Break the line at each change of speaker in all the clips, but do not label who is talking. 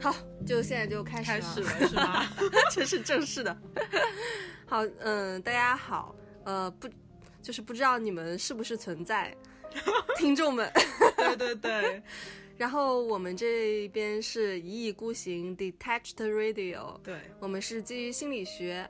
好，就现在就开始
开
了。
始了是吗？
这是正式的。好，嗯，大家好，呃，不，就是不知道你们是不是存在听众们。
对对对
然后我们这边是一意孤行 Detached Radio，
对，
我们是基于心理学、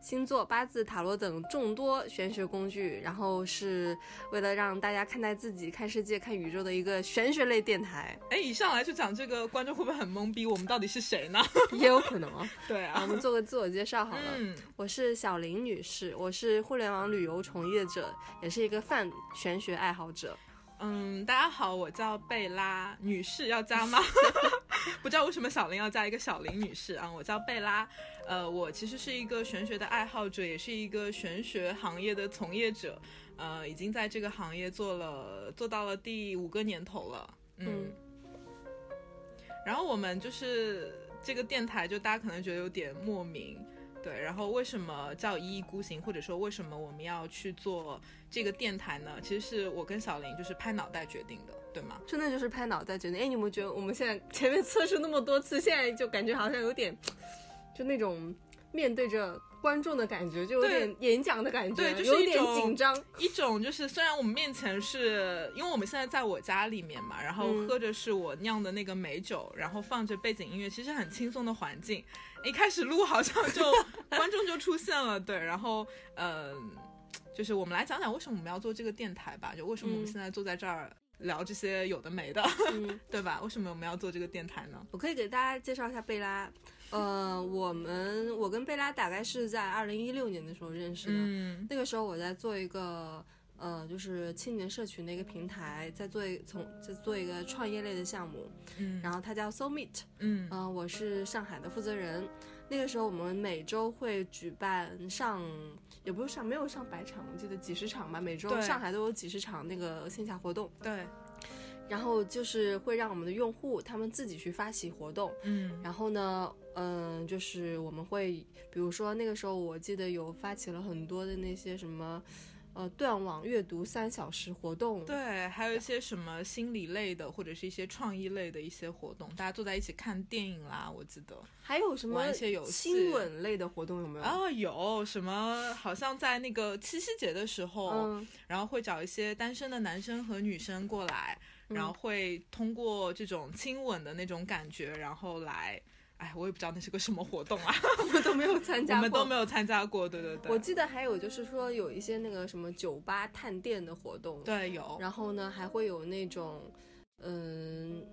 星座、八字、塔罗等众多玄学工具，然后是为了让大家看待自己、看世界、看宇宙的一个玄学类电台，
哎，一上来就讲这个，观众会不会很懵逼？我们到底是 谁呢？
也有可能哦。
对
啊，
啊
我，们做个自我介绍好了。
嗯，
我是小林女士，我是互联网旅游从业者，也是一个泛玄学爱好者。
嗯，大家好，我叫贝拉，女士要加吗？ 不知道为什么小林要加一个小林女士啊，我叫贝拉，呃，我其实是一个玄学的爱好者，也是一个玄学行业的从业者，呃，已经在这个行业做了做到了第五个年头了，嗯
嗯，
然后我们就是这个电台，就大家可能觉得有点莫名，对。然后为什么叫一意孤行，或者说为什么我们要去做这个电台呢？其实是我跟小林就是拍脑袋决定的，对吗？
真的就是拍脑袋决定。哎，你有没有觉得我们现在前面测试那么多次，现在就感觉好像有点，就那种面对着观众的感觉，就有点演讲的感觉，
对就是
有
一
点
种
紧 张。
一种就是虽然我们面前是因为我们现在在我家里面嘛，然后
嗯
喝着是我酿的那个美酒，然后放着背景音乐，其实很轻松的环境。一开始录好像就观众就出现了，对，然后嗯、就是我们来讲讲为什么我们要做这个电台吧，就为什么我们
嗯
现在坐在这儿聊这些有的没的，
嗯，
对吧？为什么我们要做这个电台呢？
我可以给大家介绍一下贝拉。呃，我们我跟贝拉大概是在二零一六年的时候认识的。
嗯
那个时候我在做一个呃，就是青年社群的一个平台，在做一从在做一个创业类的项目，
嗯
然后它叫 Soul Meet，
嗯
嗯、呃我是上海的负责人。那个时候我们每周会举办上，也不是上没有上百场，我记得几十场吧，每周
对
上海都有几十场那个线下活动，
对，
然后就是会让我们的用户他们自己去发起活动，
嗯
然后呢，嗯，就是我们会，比如说那个时候，我记得有发起了很多的那些什么，呃，断网阅读三小时活动，
对，还有一些什么心理类的，或者是一些创意类的一些活动，大家坐在一起看电影啦，我记得。
还有什么
玩一些游戏
亲吻类的活动有没有？
啊、有什么？好像在那个七夕节的时候，
嗯，
然后会找一些单身的男生和女生过来，
嗯
然后会通过这种亲吻的那种感觉，然后来，哎，我也不知道那是个什么活动啊，
我都没有参
我
加过，
们都没有参加过。对对对，
我记得还有就是说有一些那个什么酒吧探店的活动，
对有，
然后呢还会有那种，嗯、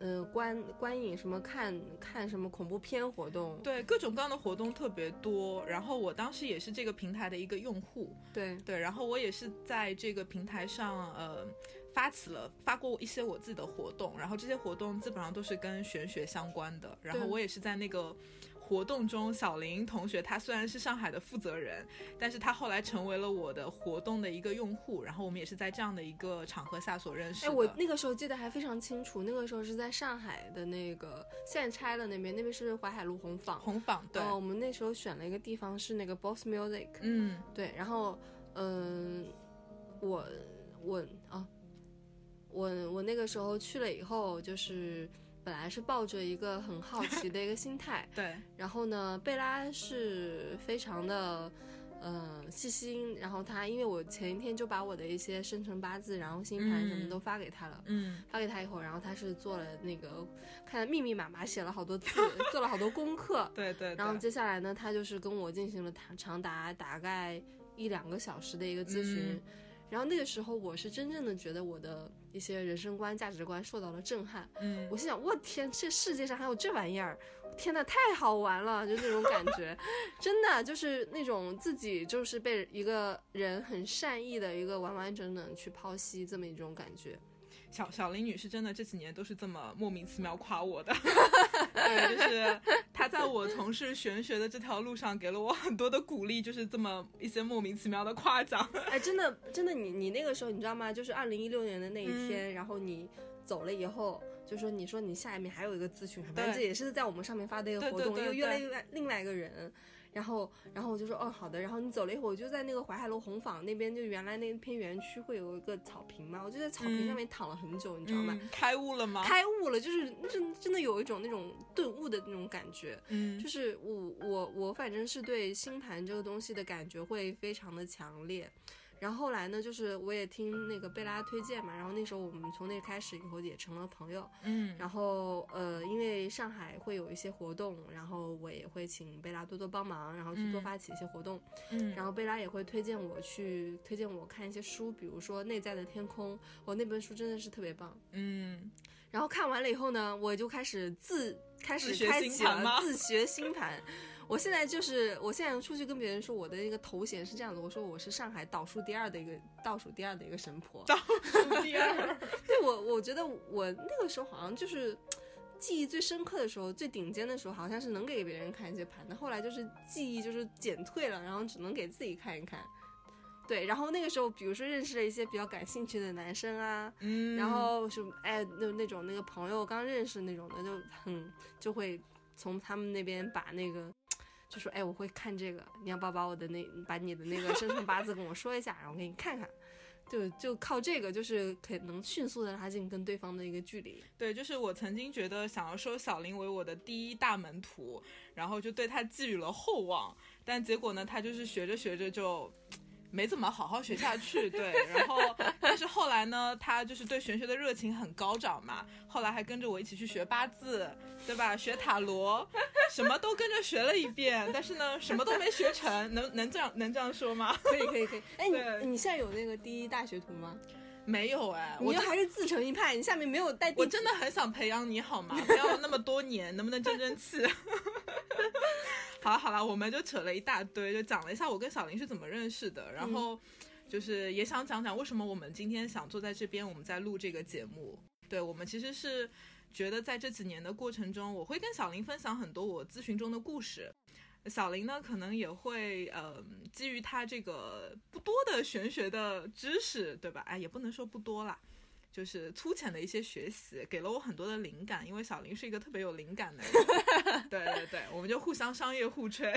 嗯、观观影什么看看什么恐怖片活动，
对各种各样的活动特别多。然后我当时也是这个平台的一个用户，
对，
对，然后我也是在这个平台上，呃，发起了发过一些我自己的活动，然后这些活动基本上都是跟玄学相关的。然后
对
我也是在那个活动中，小林同学他虽然是上海的负责人，但是他后来成为了我的活动的一个用户。然后我们也是在这样的一个场合下所认识
哎，
的。
我那个时候记得还非常清楚，那个时候是在上海的那个，现在拆了那边，那边是淮海路红坊。
红坊对，
哦，我们那时候选了一个地方是那个 Boss Music，、
嗯，，
对，然后，嗯、我我啊，我我那个时候去了以后，就是本来是抱着一个很好奇的一个心态
对，
然后呢，贝拉是非常的，嗯、细心。然后他，因为我前一天就把我的一些生辰八字，然后星盘什么
嗯
都发给他了。
嗯，
发给他以后，然后他是做了那个，看密密麻麻写了好 多字，做了好多功课。
对对
然后
对，
接下来呢，他就是跟我进行了长长达大概一两个小时的一个咨询。
嗯
然后那个时候，我是真正的觉得我的一些人生观、价值观受到了震撼。
嗯，
我心想，我天，这世界上还有这玩意儿！天呐，太好玩了，就那种感觉，真的就是那种自己就是被一个人很善意的一个完完整整去剖析这么一种感觉。
小小林女士真的这几年都是这么莫名其妙夸 我的，对，就是她在我从事玄学的这条路上给了我很多的鼓励，就是这么一些莫名其妙的夸奖。
哎，真的，真的，你你那个时候你知道吗？就是二零一六年的那一
嗯
天，然后你走了以后。就说你说你下面还有一个咨询，反正
对
这也是在我们上面发的一个
对
活
对
动，
对
又约了
对
另外另外一个人，然后然后我就说哦好的，然后你走了一会儿，我就在那个淮海路红坊那边，就原来那片园区会有一个草坪嘛，我就在草坪上面躺了很久，你知道吗？
嗯，开悟了吗？
开悟了，就是真真的有一种那种顿悟的那种感觉。
嗯
就是我我我反正是对星盘这个东西的感觉会非常的强烈。然后后来呢，就是我也听那个贝拉推荐嘛，然后那时候我们从那开始以后也成了朋友。
嗯
然后呃，因为上海会有一些活动，然后我也会请贝拉多多帮忙，然后去多
嗯
发起一些活动。
嗯，
然后贝拉也会推荐我去推荐我看一些书，比如说《内在的天空》，我那本书真的是特别棒。
嗯
然后看完了以后呢，我就开始自开
自
始
学
开
星
启
盘
了
吗
自学星盘。我现在就是，我现在出去跟别人说我的一个头衔是这样的，我说我是上海倒数第二的一个倒数第二的一个神婆。
第二，
对我，我觉得我那个时候好像就是记忆最深刻的时候，最顶尖的时候，好像是能给别人看一些盘的。后来就是记忆就是减退了，然后只能给自己看一看。对，然后那个时候，比如说认识了一些比较感兴趣的男生啊，
嗯，
然后是哎那那种那个朋友刚认识那种的，就很就会从他们那边把那个。就说哎，我会看这个，你要不要把我的那把你的那个生辰八字跟我说一下，然后给你看看，就就靠这个，就是可能迅速的拉近跟对方的一个距离。
对，就是我曾经觉得想要收小林为我的第一大门徒，然后就对他寄予了厚望，但结果呢，他就是学着学着就。没怎么好好学下去，对，然后但是后来呢，他就是对玄学的热情很高涨嘛，后来还跟着我一起去学八字，对吧？学塔罗，什么都跟着学了一遍，但是呢，什么都没学成，能能这样能这样说吗？
可以可以可以，哎，
对
你你现在有那个第一大学徒吗？
没有哎，
你
我
又
真
还是自成一派，你下面没有带弟
我
子
真的很想培养你好吗？培养了那么多年，能不能争争气？ 好了好了，我们就扯了一大堆，就讲了一下我跟小林是怎么认识的，
嗯
然后就是也想讲讲为什么我们今天想坐在这边，我们在录这个节目。对我们其实是觉得在这几年的过程中，我会跟小林分享很多我咨询中的故事。小林呢，可能也会呃，基于他这个不多的玄学的知识，对吧？哎，也不能说不多啦，就是粗浅的一些学习，给了我很多的灵感。因为小林是一个特别有灵感的人， 对对对，我们就互相商业互吹，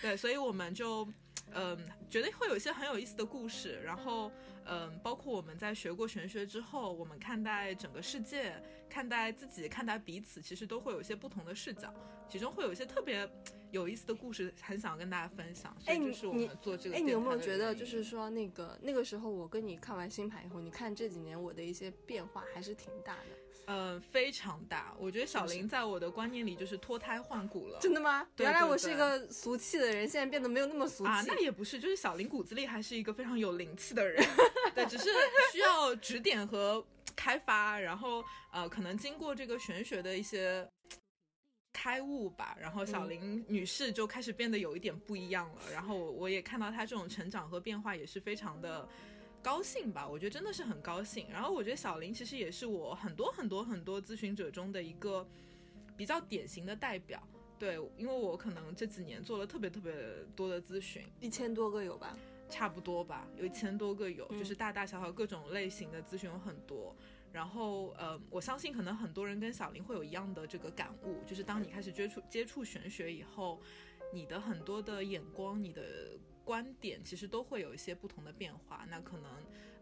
对，所以我们就。嗯，觉得会有一些很有意思的故事，然后，嗯，包括我们在学过玄学之后，我们看待整个世界、看待自己、看待彼此，其实都会有一些不同的视角，其中会有一些特别有意思的故事，很想跟大家分享。所
哎
以
你
这是我
你
们做这个
哎，
电台的原因。
你有没有觉得，就是说那个那个时候，我跟你看完星盘以后，你看这几年我的一些变化还是挺大的，
呃，非常大。我觉得小
是不是
林在我的观念里就是脱胎换骨了。
真的吗？
对
原来
对
我是
对
一个俗气的人，现在变得没有那么俗气。
啊，那也不是，就是小林骨子里还是一个非常有灵气 的人，对，只是需要指点和开发，然后呃，可能经过这个玄学的一些开悟吧，然后小
嗯
林女士就开始变得有一点不一样了，然后我我也看到她这种成长和变化，也是非常的。高兴吧，我觉得真的是很高兴。然后我觉得小林其实也是我很多很多很多咨询者中的一个比较典型的代表。对，因为我可能这几年做了特别特别多的咨询，
一千多个有吧？
差不多吧，有一千多个有，
嗯
就是大大小小各种类型的咨询有很多。然后，呃，我相信可能很多人跟小林会有一样的这个感悟，就是当你开始接触接触玄学以后，你的很多的眼光、你的观点，其实都会有一些不同的变化。那可能，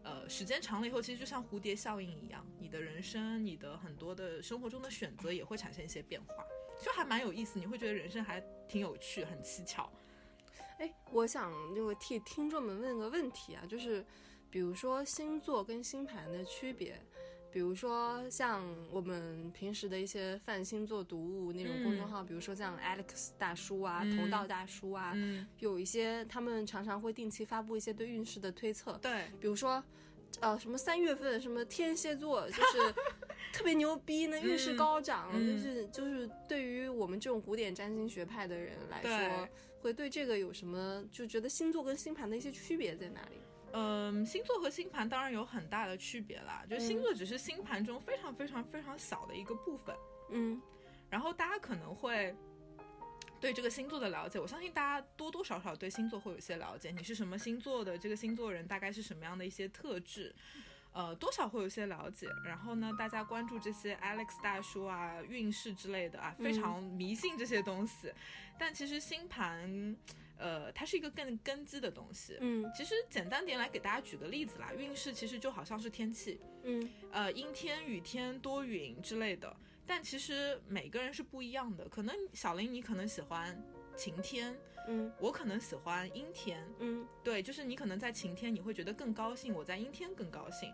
呃，时间长了以后，其实就像蝴蝶效应一样，你的人生、你的很多的生活中的选择也会产生一些变化，就还蛮有意思。你会觉得人生还挺有趣，很蹊跷。
哎，我想那个替听众们问个问题啊，就是比如说星座跟星盘的区别，比如说像我们平时的一些泛星座读物那种公众
嗯
号，比如说像 Alex 大叔啊、
嗯
同道大叔啊，
嗯，
有一些他们常常会定期发布一些对运势的推测，
对，
比如说，呃，什么三月份什么天蝎座，就是特别牛逼，那运势
嗯
高涨，
嗯
就是就是对于我们这种古典占星学派的人来说
对，
会对这个有什么就觉得星座跟星盘的一些区别在哪里？
嗯，星座和星盘当然有很大的区别啦，就星座只是星盘中非常非常非常小的一个部分。
嗯
然后大家可能会对这个星座的了解，我相信大家多多少少对星座会有一些了解。你是什么星座的？这个星座人大概是什么样的一些特质？呃，多少会有些了解。然后呢，大家关注这些 Alex 大叔啊、运势之类的啊，非常迷信这些东西。但其实星盘，呃，它是一个更根基的东西。
嗯
其实简单点来给大家举个例子啦，运势其实就好像是天气，
嗯
呃，阴天、雨天、多云之类的。但其实每个人是不一样的，可能小林你可能喜欢晴天，
嗯
我可能喜欢阴天。
嗯
对，就是你可能在晴天你会觉得更高兴，我在阴天更高兴。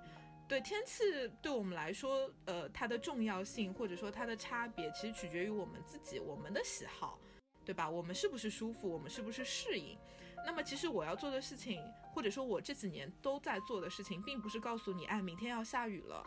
对天气对我们来说，呃，它的重要性或者说它的差别，其实取决于我们自己，我们的喜好，对吧？我们是不是舒服，我们是不是适应？那么其实我要做的事情，或者说我这几年都在做的事情，并不是告诉你，哎，明天要下雨了，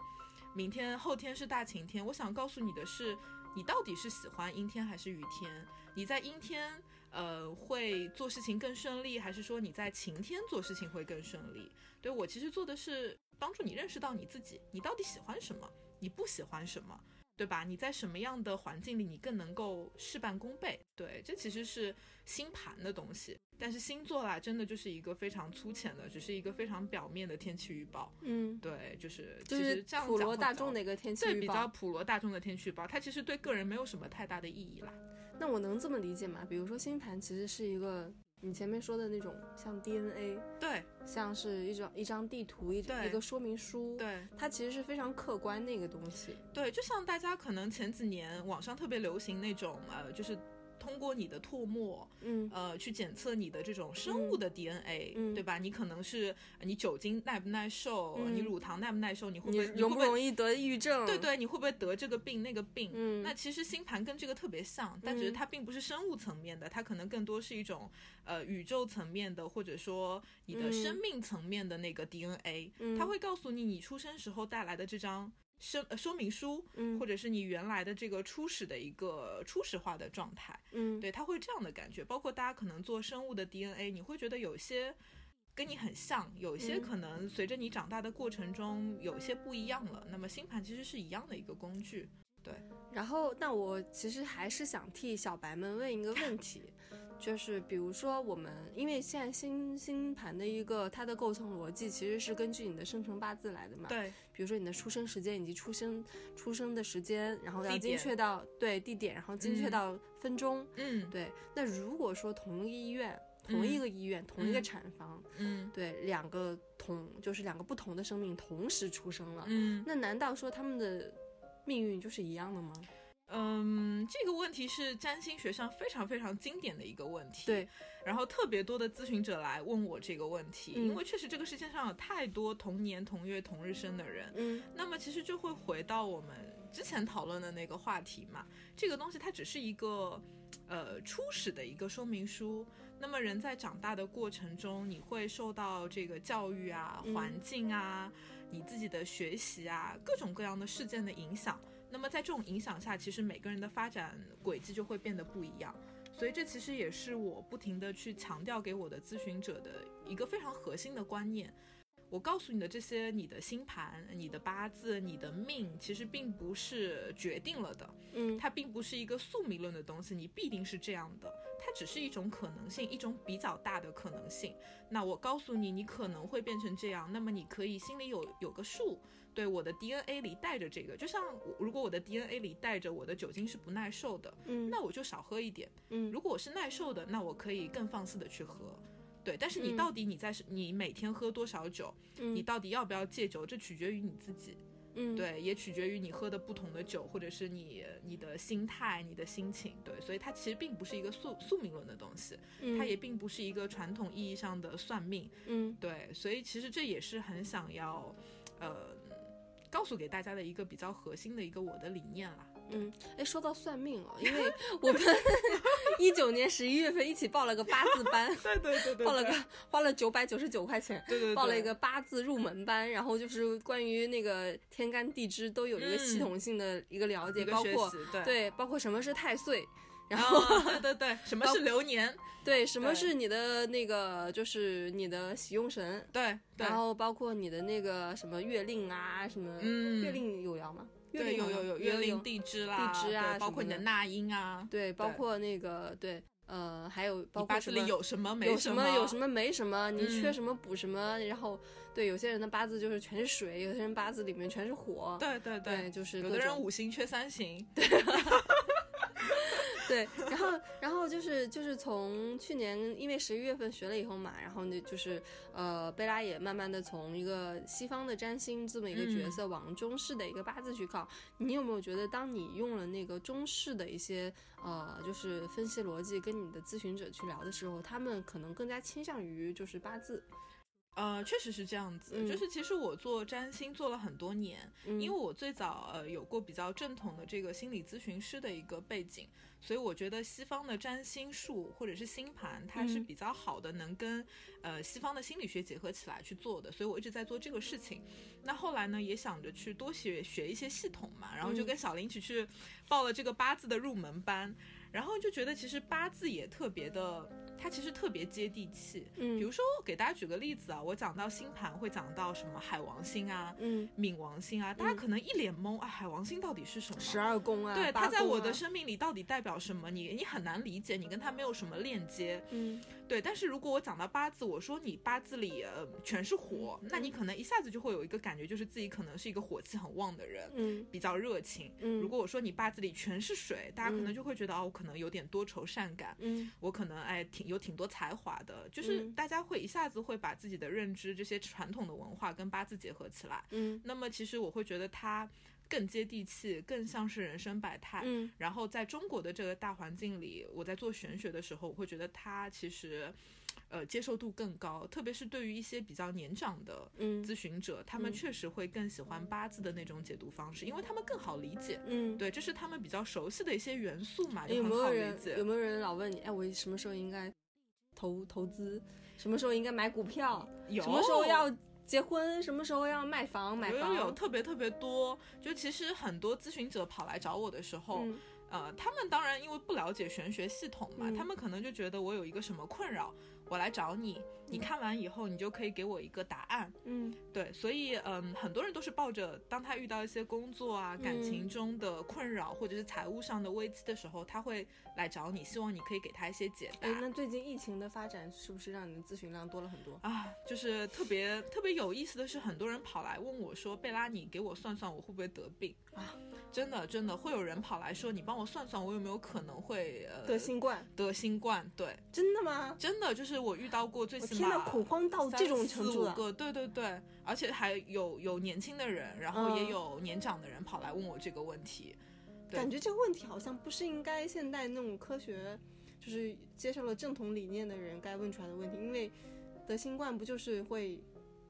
明天后天是大晴天。我想告诉你的是，你到底是喜欢阴天还是雨天？你在阴天呃，会做事情更顺利，还是说你在晴天做事情会更顺利？对我其实做的是帮助你认识到你自己，你到底喜欢什么，你不喜欢什么，对吧？你在什么样的环境里，你更能够事半功倍？对，这其实是星盘的东西，但是星座啦，真的就是一个非常粗浅的，只是一个非常表面的天气预报。
嗯，
对，就是
就
其
是
实这样
普
讲
罗
会
大
比
众
较
的一个天气
对
预
比较
报。
普罗大众的天气预报，它其实对个人没有什么太大的意义啦。
那我能这么理解吗？比如说星盘其实是一个你前面说的那种像 DNA，
对
像是一种一张地图，一
对
一个说明书，
对，
它其实是非常客观的一个东西。
对，就像大家可能前几年网上特别流行那种呃，就是通过你的唾沫
嗯
呃去检测你的这种生物的 DNA，、
嗯
对吧？你可能是呃你酒精耐不耐受，
嗯
你乳糖耐不耐受，你呃会不
你
会你
容不
会不会
容易得抑郁症？
对，对，你会不会得这个病那个病？
嗯，
那其实星盘跟这个特别像，但只是
嗯
它并不是生物层面的，它可能更多是一种呃宇宙层面的，或者说你的
嗯
生命层面的那个 DNA，、
嗯
它会告诉你你出生时候带来的这张生、呃、说明书，
嗯
或者是你原来的这个初始的一个初始化的状态，
嗯
对，它会这样的感觉。包括大家可能做生物的 DNA，你会觉得有些跟你很像，有些
嗯
可能随着你长大的过程中有些不一样了。那么星盘其实是一样的一个工具，
然后，那我其实还是想替小白们问一个问题，就是比如说我们，因为现在星星盘的一个它的构成逻辑其实是根据你的生辰八字来的嘛，
对
比如说你的出生时间以及出生出生的时间，然后要
地
精
点
确到对地点，然后精确
嗯
到分钟。
嗯
对，那如果说同一个医院、同一
嗯
个医院、同一个
嗯
产房，
嗯
对两个同就是两个不同的生命同时出生了，
嗯
那难道说他们的命运就是一样的吗？
嗯，这个问题是占星学上非常非常经典的一个问题。
对，
然后特别多的咨询者来问我这个问题，
嗯
因为确实这个世界上有太多同年同月同日生的人。
嗯
那么其实就会回到我们之前讨论的那个话题嘛，这个东西它只是一个。呃，初始的一个说明书。那么人在长大的过程中，你会受到这个教育啊、
嗯
环境啊、你自己的学习啊，各种各样的事件的影响。那么在这种影响下，其实每个人的发展轨迹就会变得不一样。所以这其实也是我不停的去强调给我的咨询者的一个非常核心的观念。我告诉你的这些，你的星盘、你的八字、你的命，其实并不是决定了的，
嗯
它并不是一个宿命论的东西，你必定是这样的，它只是一种可能性，一种比较大的可能性。那我告诉你，你可能会变成这样，那么你可以心里有有个数，对我的 DNA 里带着这个，就像我如果我的 DNA 里带着我的酒精是不耐受的，
嗯
那我就少喝一点。
嗯
如果我是耐受的，那我可以更放肆的去喝。对，但是
嗯
你到底你在、你每天喝多少酒，你到底要不要戒酒，这取决于你自己。
嗯，
对，也取决于你喝的不同的酒，或者是你你的心态、你的心情。对，所以它其实并不是一个宿宿命论的东西，
嗯
它也并不是一个传统意义上的算命。
嗯
对，所以其实这也是很想要，呃，告诉给大家的一个比较核心的一个我的理念啦。，
嗯，哎，说到算命哦，因 为我们一九年十一月份一起报了个八字班
对对对对
报了个花了九百九十九块钱。
对对
报了一个八字入门班，然后就是关于那个天干地支都有一个系
嗯
统性的一个了解，
一个
包
学
括
习对
对，包括什么是太岁，然后、
哦，对对对，什么是流年？
对什么
对
是你的那个就是你的喜用神，
对对
然，后包括你的那个什么月令啊，什么、
嗯，
月令有爻吗？月
对
令
有
吗
有有
月
月令
令
地支啦，
地支啊
对
什
包
么
括你
的
的那英啊，
对，包
对
括那个对，呃，还有包
你
括
八
什
字
么
里有什么没
有
什
么有什么没什么，你缺
嗯
什么补什么。然后对有些人的八字就是全是水，有些人八字里面全是火。
对对对，
就是
有
各
的人
种
五行缺三行，
对，然后然后就是就是从去年因为十一月份学了以后嘛，然后呢就是呃贝拉也慢慢的从一个西方的占星这么一个角
嗯
色往中式的一个八字去靠，你有没有觉得当你用了那个中式的一些呃就是分析逻辑跟你的咨询者去聊的时候，他们可能更加倾向于就是八字，
呃，确实是这样子。
嗯
就是其实我做占星做了很多年，
嗯、
因为我最早呃有过比较正统的这个心理咨询师的一个背景，所以我觉得西方的占星术或者是星盘，它是
嗯
比较好的，能跟呃西方的心理学结合起来去做的。所以我一直在做这个事情。那后来呢，也想着去多学学一些系统嘛，然后就
嗯
跟小林一起去报了这个八字的入门班，然后就觉得其实八字也特别的，它其实特别接地气。比
嗯
如说，给大家举个例子啊，我讲到星盘会讲到什么海王星啊，
嗯
冥王星啊，大家可能一脸懵啊，海王星到底是什么？
十二宫啊，
对，
八
它在
宫
我
啊
的生命里到底代表什么？你你很难理解，你跟它没有什么链接。
嗯
对，但是如果我讲到八字，我说你八字里呃全是火，
嗯
那你可能一下子就会有一个感觉，就是自己可能是一个火气很旺的人，
嗯
比较热情。
嗯，
如果我说你八字里全是水，大家可
嗯
能就会觉得哦，我可能有点多愁善感，
嗯
我可能哎挺有挺多才华的，就是
嗯
大家会一下子会把自己的认知这些传统的文化跟八字结合起来。
嗯
那么其实我会觉得它更接地气，更像是人生百态。
嗯
然后在中国的这个大环境里，我在做玄学的时候，我会觉得它其实，呃，接受度更高，特别是对于一些比较年长的
嗯
咨询者，他
嗯
们确实会更喜欢八字的那种解读方式，因为他们更好理解。
嗯。
对，这是他们比较熟悉的一些元素嘛，就
有没
很
有
好理
人
解。
有没有人老问你，哎，我什么时候应该投投资？什么时候应该买股票？
有
什么时候要结婚？什么时候要卖房？买
有
房？嗯
有有特别特别多，就其实很多咨询者跑来找我的时候，
嗯
呃，他们当然因为不了解玄学系统嘛，
嗯
他们可能就觉得我有一个什么困扰，我来找你，你看完以后你就可以给我一个答案。
嗯
对，所以嗯，很多人都是抱着当他遇到一些工作啊、感
嗯
情中的困扰或者是财务上的危机的时候，他会来找你，希望你可以给他一些解答
哎，。那最近疫情的发展是不是让你的咨询量多了很多？
啊，就是特别特别有意思的是，很多人跑来问我说：“贝拉，你给我算算我会不会得病
啊？”
真的真的会有人跑来说：“你帮我算算我有没有可能会呃
得新冠？
得新冠？”对，
真的吗？
真的就是我遇到过最
我
起
天
码
呐，恐慌到
三
这种程
四
度
五
了。
个，对对对，而且还有有年轻的人，然后
嗯
也有年长的人跑来问我这个问题。对
感觉这个问题好像不是应该现代那种科学，就是接受了正统理念的人该问出来的问题，因为得新冠不就是会，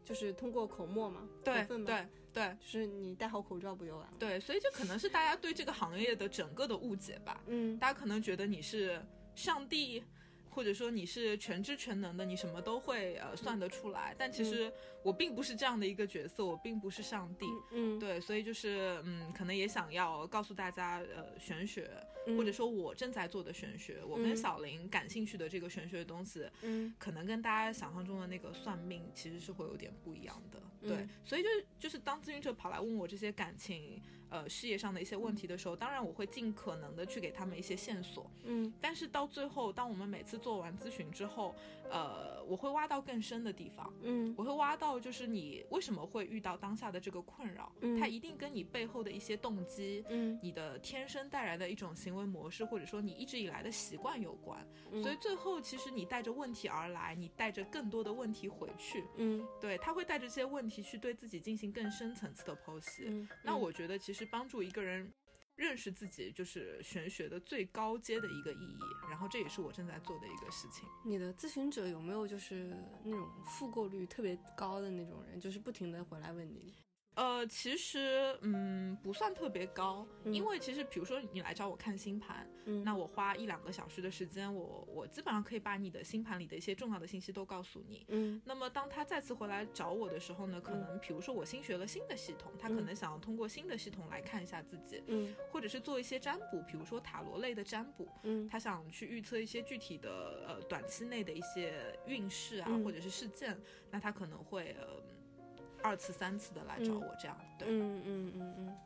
就是通过口沫嘛，
对
口粪嘛，
对对
就是你戴好口罩不就完了？
对，所以这可能是大家对这个行业的整个的误解吧。
嗯
大家可能觉得你是上帝，或者说你是全知全能的，你什么都会呃算得出来。但其
嗯
实我并不是这样的一个角色，我并不是上帝。
嗯，
对，所以就是嗯，可能也想要告诉大家，呃，玄学，
嗯
或者说我正在做的玄学，我跟
嗯
小林感兴趣的这个玄学的东西，
嗯
可能跟大家想象中的那个算命其实是会有点不一样的，
嗯
对，所以就是就是当咨询者跑来问我这些感情、呃事业上的一些问题的时候，当然我会尽可能的去给他们一些线索，
嗯
但是到最后，当我们每次做完咨询之后，呃，我会挖到更深的地方，
嗯
我会挖到就是你为什么会遇到当下的这个困扰，
嗯
它一定跟你背后的一些动机。
嗯，
你的天生带来的一种行为模式，或者说你一直以来的习惯有关，
嗯
所以最后其实你带着问题而来，你带着更多的问题回去，
嗯
对他会带着这些问题去对自己进行更深层次的剖析。
嗯，
那
嗯
我觉得其实帮助一个人认识自己，就是玄学的最高阶的一个意义。然后这也是我正在做的一个事情。
你的咨询者有没有就是那种复购率特别高的那种人，就是不停的回来问你？
呃，其实嗯不算特别高，
嗯
因为其实比如说你来找我看星盘，
嗯，
那我花一两个小时的时间，我我基本上可以把你的星盘里的一些重要的信息都告诉你。
嗯
那么当他再次回来找我的时候呢，可
嗯
能比如说我新学了新的系统，他可
嗯
能想要通过新的系统来看一下自己，
嗯
或者是做一些占卜，比如说塔罗类的占卜，
嗯
他想去预测一些具体的呃短期内的一些运势啊，
嗯
或者是事件，那他可能会呃二次三次的来找
嗯
我这样，对，
嗯嗯嗯嗯，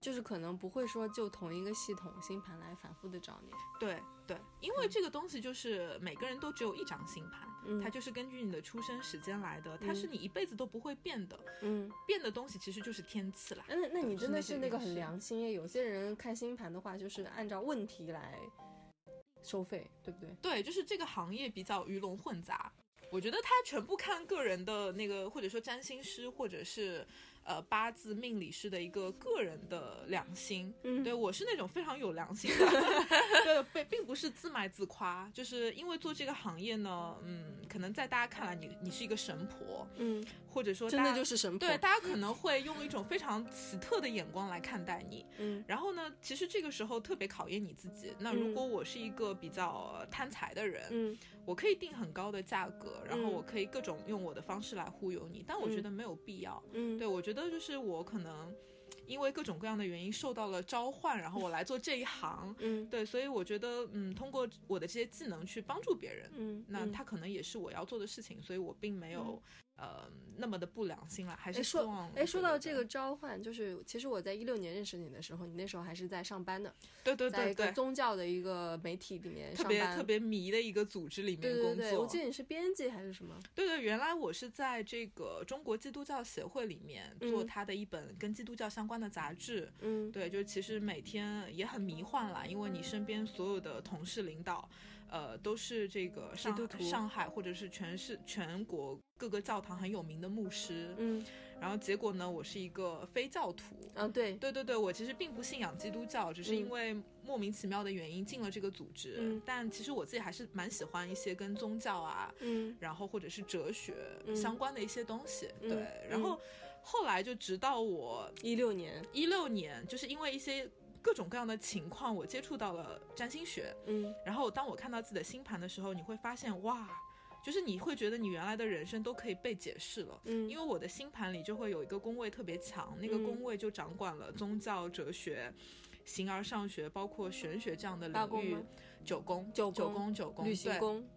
就是可能不会说就同一个系统星盘来反复的找你。
对对，因为这个东西就是每个人都只有一张星盘，
嗯
它就是根据你的出生时间来的，它
嗯
是你一辈子都不会变的，
嗯，
变的东西其实就是天赐啦。
那那你
就是
真的
那
是
些
那个
运
很
势
良心耶。有些人看星盘的话，就是按照问题来收费，对不对？
对，就是这个行业比较鱼龙混杂。我觉得它全部看个人的那个，或者说占星师，或者是呃八字命理师的一个个人的良心。
嗯
对我是那种非常有良心的， 对，并并不是自卖自夸，就是因为做这个行业呢，嗯，可能在大家看来你你是一个神婆，
嗯，
或者说
真的
大家
就是神婆。
对，大家可能会用一种非常奇特的眼光来看待你。
嗯，
然后呢，其实这个时候特别考验你自己。那如果我是一个比较呃贪财的人，
嗯
我可以定很高的价格，然后
嗯
我可以各种用我的方式来忽悠你，但我觉得没有必要。
嗯，
对，我觉得就是我可能因为各种各样的原因受到了召唤，然后我来做这一行。
嗯
对，所以我觉得，嗯，通过我的这些技能去帮助别人，
嗯，
那
嗯
它可能也是我要做的事情，所以我并没有、呃那么的不良心了，还
哎
是希
说
望
哎，说
对
到
对
这个召唤，就是其实我在一六年认识你的时候，你那时候还是在上班的，
对对
在
对
一个
对，
宗教的一个媒体里面
特
上
别
班。
特别迷的一个组织里面
对对
工
对，我
作
记，得你是编辑还是什么？
对对，原来我是在这个中国基督教协会里面做
嗯
他的一本跟基督教相关的杂志，
嗯
对，就是其实每天也很迷幻啦，因为你身边所有的同事领导，呃，都是这个上
督徒
上海或者是全市全国各个教堂很有名的牧师，
嗯
然后结果呢，我是一个非教徒。
啊，对，
对对对，我其实并不信仰基督教，只是因
嗯
为莫名其妙的原因进了这个组织。
嗯
但其实我自己还是蛮喜欢一些跟宗教啊，
嗯
然后或者是哲学
嗯
相关的一些东西。
嗯
对，然
嗯
后后来就直到我
一六年，
一六年，就是因为一些各种各样的情况，我接触到了占星学。
嗯
然后当我看到自己的星盘的时候，你会发现，哇，就是你会觉得你原来的人生都可以被解释了。
嗯
因为我的星盘里就会有一个宫位特别强，那个
嗯
宫位就掌管了宗教、哲学、形而上学，包括玄学这样的
八
领
宫
域
吗。
九宫，
九
九
宫
宫，九宫，
旅行
对
宫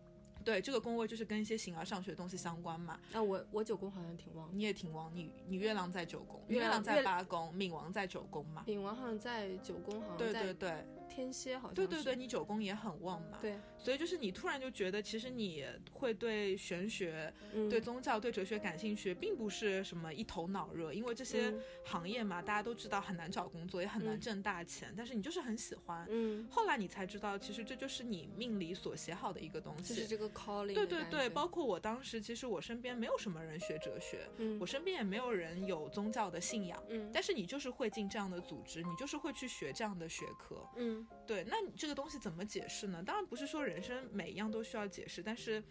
对，这个宫位就是跟一些形而上学的东西相关嘛。
啊，我我九宫好像挺旺的，
你也挺旺，你你月亮在九宫，
月
月亮
亮
在
月
八宫，冥王在九宫嘛。
冥王好像在九宫，好像
对对
在
对，
天蝎，好像
对对
是
对，你九宫也很旺嘛，
对，
所以就是你突然就觉得，其实你会对玄学、
嗯
对宗教、对哲学感兴趣，并不是什么一头脑热，因为这些
嗯
行业嘛，大家都知道很难找工作，也很难
嗯
挣大钱，但是你就是很喜欢。
嗯，
后来你才知道，其实这就是你命里所写好的一个东
就
西。
是这个 calling，
对
的
对
感
对，
觉
包括我当时，其实我身边没有什么人学哲学，
嗯
我身边也没有人有宗教的信仰，
嗯
但是你就是会进这样的组织，你就是会去学这样的学科。
嗯
对，那你这个东西怎么解释呢？当然不是说人生每一样都需要解释，但是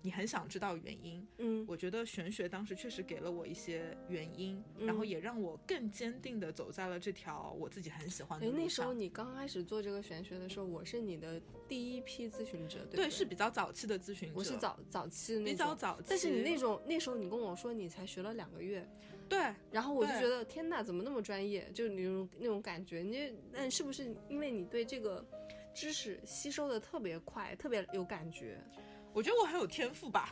你很想知道原因。
嗯
我觉得玄学当时确实给了我一些原因，然后
嗯
也让我更坚定的走在了这条我自己很喜欢的
哎，那
路
时候
上。
你刚开始做这个玄学的时候，我是你的第一批咨询者，对不
对，
对
是比较早期的咨询者，
我是早早期的那
比较
种
早期，
但是你那种那时候你跟我说你才学了两个月，
对
然后我就
对
觉得天呐，怎么那么专业？就是那种那种感觉，你这那是不是因为你对这个知识吸收的特别快，特别有感觉？
我觉得我很有天 赋吧。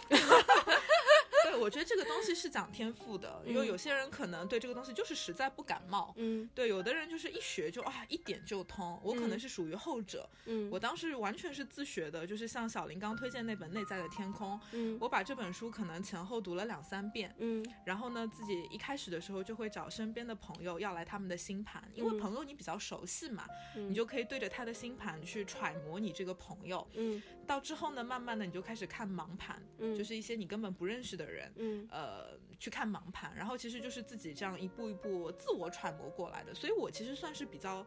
对，我觉得这个东西是讲天赋的，因为
嗯
有些人可能对这个东西就是实在不感冒。
嗯
对，有的人就是一学就啊一点就通，我可能
嗯
是属于后者。
嗯
我当时完全是自学的，就是像小林刚推荐那本《内在的天空》，
嗯
我把这本书可能前后读了两三遍，
嗯
然后呢，自己一开始的时候就会找身边的朋友要来他们的星盘，因为
嗯
朋友你比较熟悉嘛，
嗯
你就可以对着他的星盘去揣摩你这个朋友。
嗯
到之后呢，慢慢的你就开始看盲盘，
嗯，
就是一些你根本不认识的人。
嗯
呃，去看盲盘，然后其实就是自己这样一步一步自我揣摩过来的，所以我其实算是比较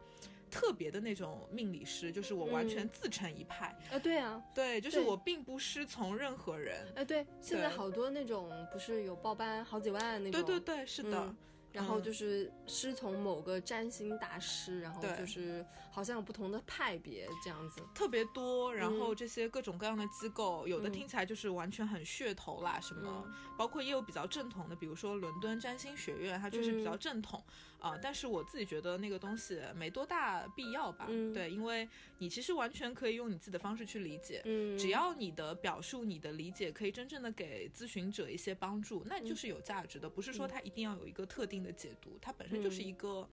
特别的那种命理师，就是我完全
嗯
自成一派，
啊对啊
对，就是
对
我并不师从任何人，
哎对，现在
对
好多那种不是有报班好几万那
对
种，
对对，是的，
嗯然后
嗯
就是师从某个占星大师，然后
对
就是好像有不同的派别这样子。
特别多，然
嗯
后这些各种各样的机构，有的
嗯
听起来就是完全很噱头啦，什么，包括也有比较正统的，比如说伦敦占星学院，它就是比较
嗯
正统啊、但是我自己觉得那个东西没多大必要吧，
嗯
对，因为你其实完全可以用你自己的方式去理解。
嗯，
只要你的表述、你的理解可以真正的给咨询者一些帮助，
嗯嗯
那就是有价值的。不是说它一定要有一个特定的解读，它本身就是一个，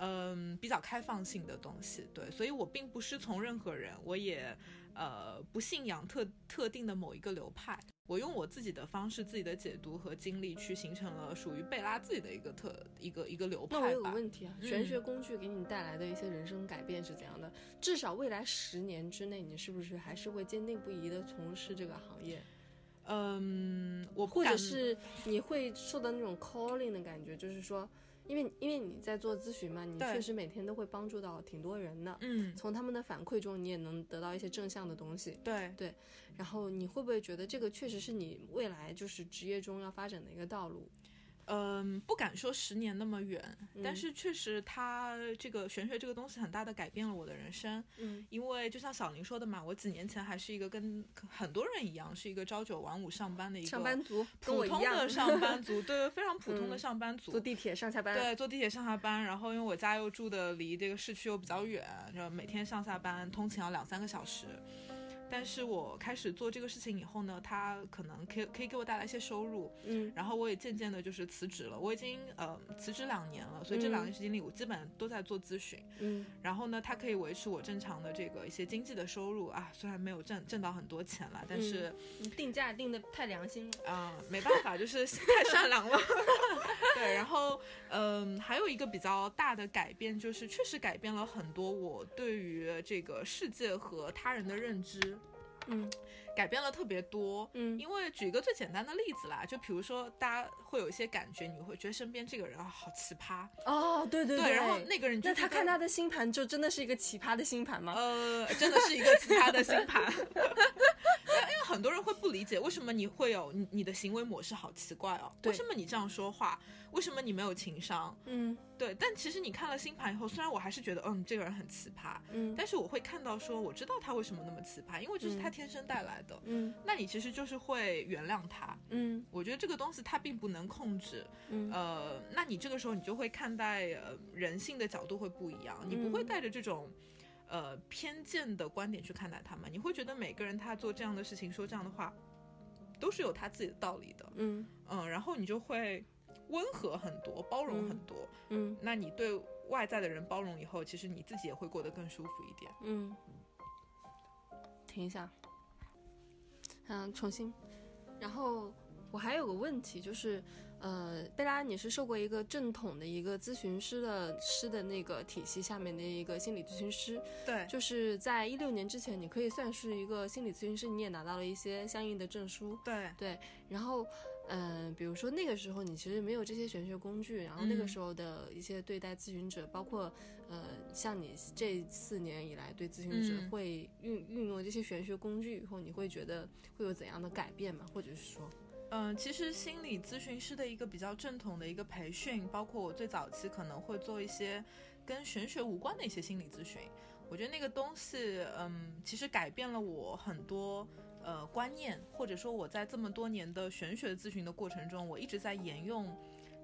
嗯，比较开放性的东西。对，所以我并不是从任何人，我也呃不信仰特特定的某一个流派。我用我自己的方式、自己的解读和经历，去形成了属于贝拉自己的一个特一个一个流
那我
派
有个
吧。
问题啊，
嗯
玄学工具给你带来的一些人生改变是怎样的？至少未来十年之内，你是不是还是会坚定不移的从事这个行业，
嗯，我不
或者
敢
是你会受到那种 calling 的感觉？就是说，因为因为你在做咨询嘛，你
对
确实每天都会帮助到挺多人的，
嗯，
从他们的反馈中，你也能得到一些正向的东西。
对，
然后你会不会觉得这个确实是你未来就是职业中要发展的一个道路？
嗯，不敢说十年那么远，但
嗯
是确实它这个玄学这个东西很大的改变了我的人生。
嗯
因为就像小林说的嘛，我几年前还是一个跟很多人一样，是一个朝九晚五上班的一个
上班族跟
普
我一
通
样
的上 班族，对，非常普通的
嗯
上班族。
坐地铁上下班，
对，坐地铁上下班，然后因为我家又住的离这个市区又比较远，然后每天上下班通勤要两三个小时。但是我开始做这个事情以后呢，它可能可以可以给我带来一些收入，
嗯
然后我也渐渐的就是辞职了。我已经呃辞职两年了，所以这
嗯
两年时间里我基本都在做咨询。
嗯
然后呢，它可以维持我正常的这个一些经济的收入啊，虽然没有挣挣到很多钱啦，但是
你嗯定价定的太良心了。
啊、没办法，就是心太善良 了。 对，然后嗯、还有一个比较大的改变就是，确实改变了很多我对于这个世界和他人的认知，
嗯
改变了特别多。
嗯
因为举一个最简单的例子啦，就比如说大家会有一些感觉，你会觉得身边这个人啊好奇葩，
哦，对对
然后那个人就
那
觉
他
得
看他的星盘，就真的是一个奇葩的星盘 吗？
呃，真的是一个奇葩的星盘。因为因为很多人会不理解，为什么你会有你你的行为模式好奇怪哦？
对
为什么你这样说话？为什么你没有情商？
嗯
对，但其实你看了星盘以后，虽然我还是觉得，嗯，这个人很奇葩，
嗯
但是我会看到说，我知道他为什么那么奇葩，因为这是他
嗯
天生带来的。
嗯
那你其实就是会原谅他。
嗯
我觉得这个东西他并不能控制，
嗯
呃，那你这个时候你就会看待呃人性的角度会不一样，你不会
嗯
带着这种。呃，偏见的观点去看待他们，你会觉得每个人他做这样的事情、说这样的话，都是有他自己的道理的，
嗯
嗯，然后你就会温和很多，包容很
嗯
多。
嗯
那你对外在的人包容以后，其实你自己也会过得更舒服一点。
嗯，停一下，嗯，重新。然后我还有个问题就是，呃，贝拉，你是受过一个正统的一个咨询师的师的那个体系下面的一个心理咨询师，
对，
就是在一六年之前，你可以算是一个心理咨询师，你也拿到了一些相应的证书。
对，
然后，嗯、比如说那个时候你其实没有这些玄学工具，然后
嗯
那个时候的一些对待咨询者，包括呃，像你这四年以来对咨询者
嗯
会运、运用这些玄学工具以后，你会觉得会有怎样的改变吗？或者是说，
嗯，其实心理咨询师的一个比较正统的一个培训，包括我最早期可能会做一些跟玄学无关的一些心理咨询。我觉得那个东西，嗯，其实改变了我很多呃观念，或者说我在这么多年的玄学咨询的过程中，我一直在沿用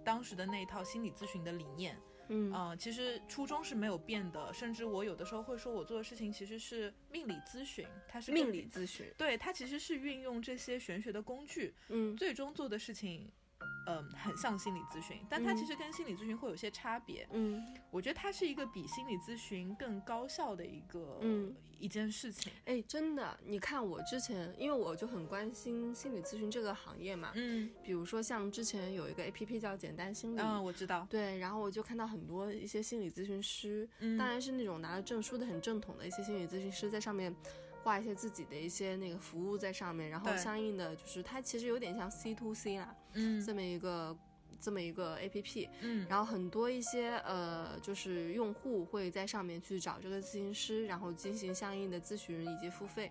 当时的那一套心理咨询的理念。
嗯
呃，其实初衷是没有变的，甚至我有的时候会说我做的事情其实是命理咨询，它是
命
更
理。咨询，
对，它其实是运用这些玄学的工具，
嗯
最终做的事情，嗯、很像心理咨询，但它
嗯
其实跟心理咨询会有些差别。
嗯，
我觉得它是一个比心理咨询更高效的一个、
嗯
一件事情。
哎，真的，你看我之前，因为我就很关心心理咨询这个行业嘛，
嗯
比如说像之前有一个 A P P 叫简单心理。
嗯，我知道。
对，然后我就看到很多一些心理咨询师，
嗯，
当然是那种拿了证书的很正统的一些心理咨询师，在上面挂一些自己的一些那个服务在上面，然后
对
相应的就是它其实有点像 C to C 啦，
嗯
这么一个。这么一个 A P P，
嗯
然后很多一些呃，就是用户会在上面去找这个咨询师，然后进行相应的咨询以及付费。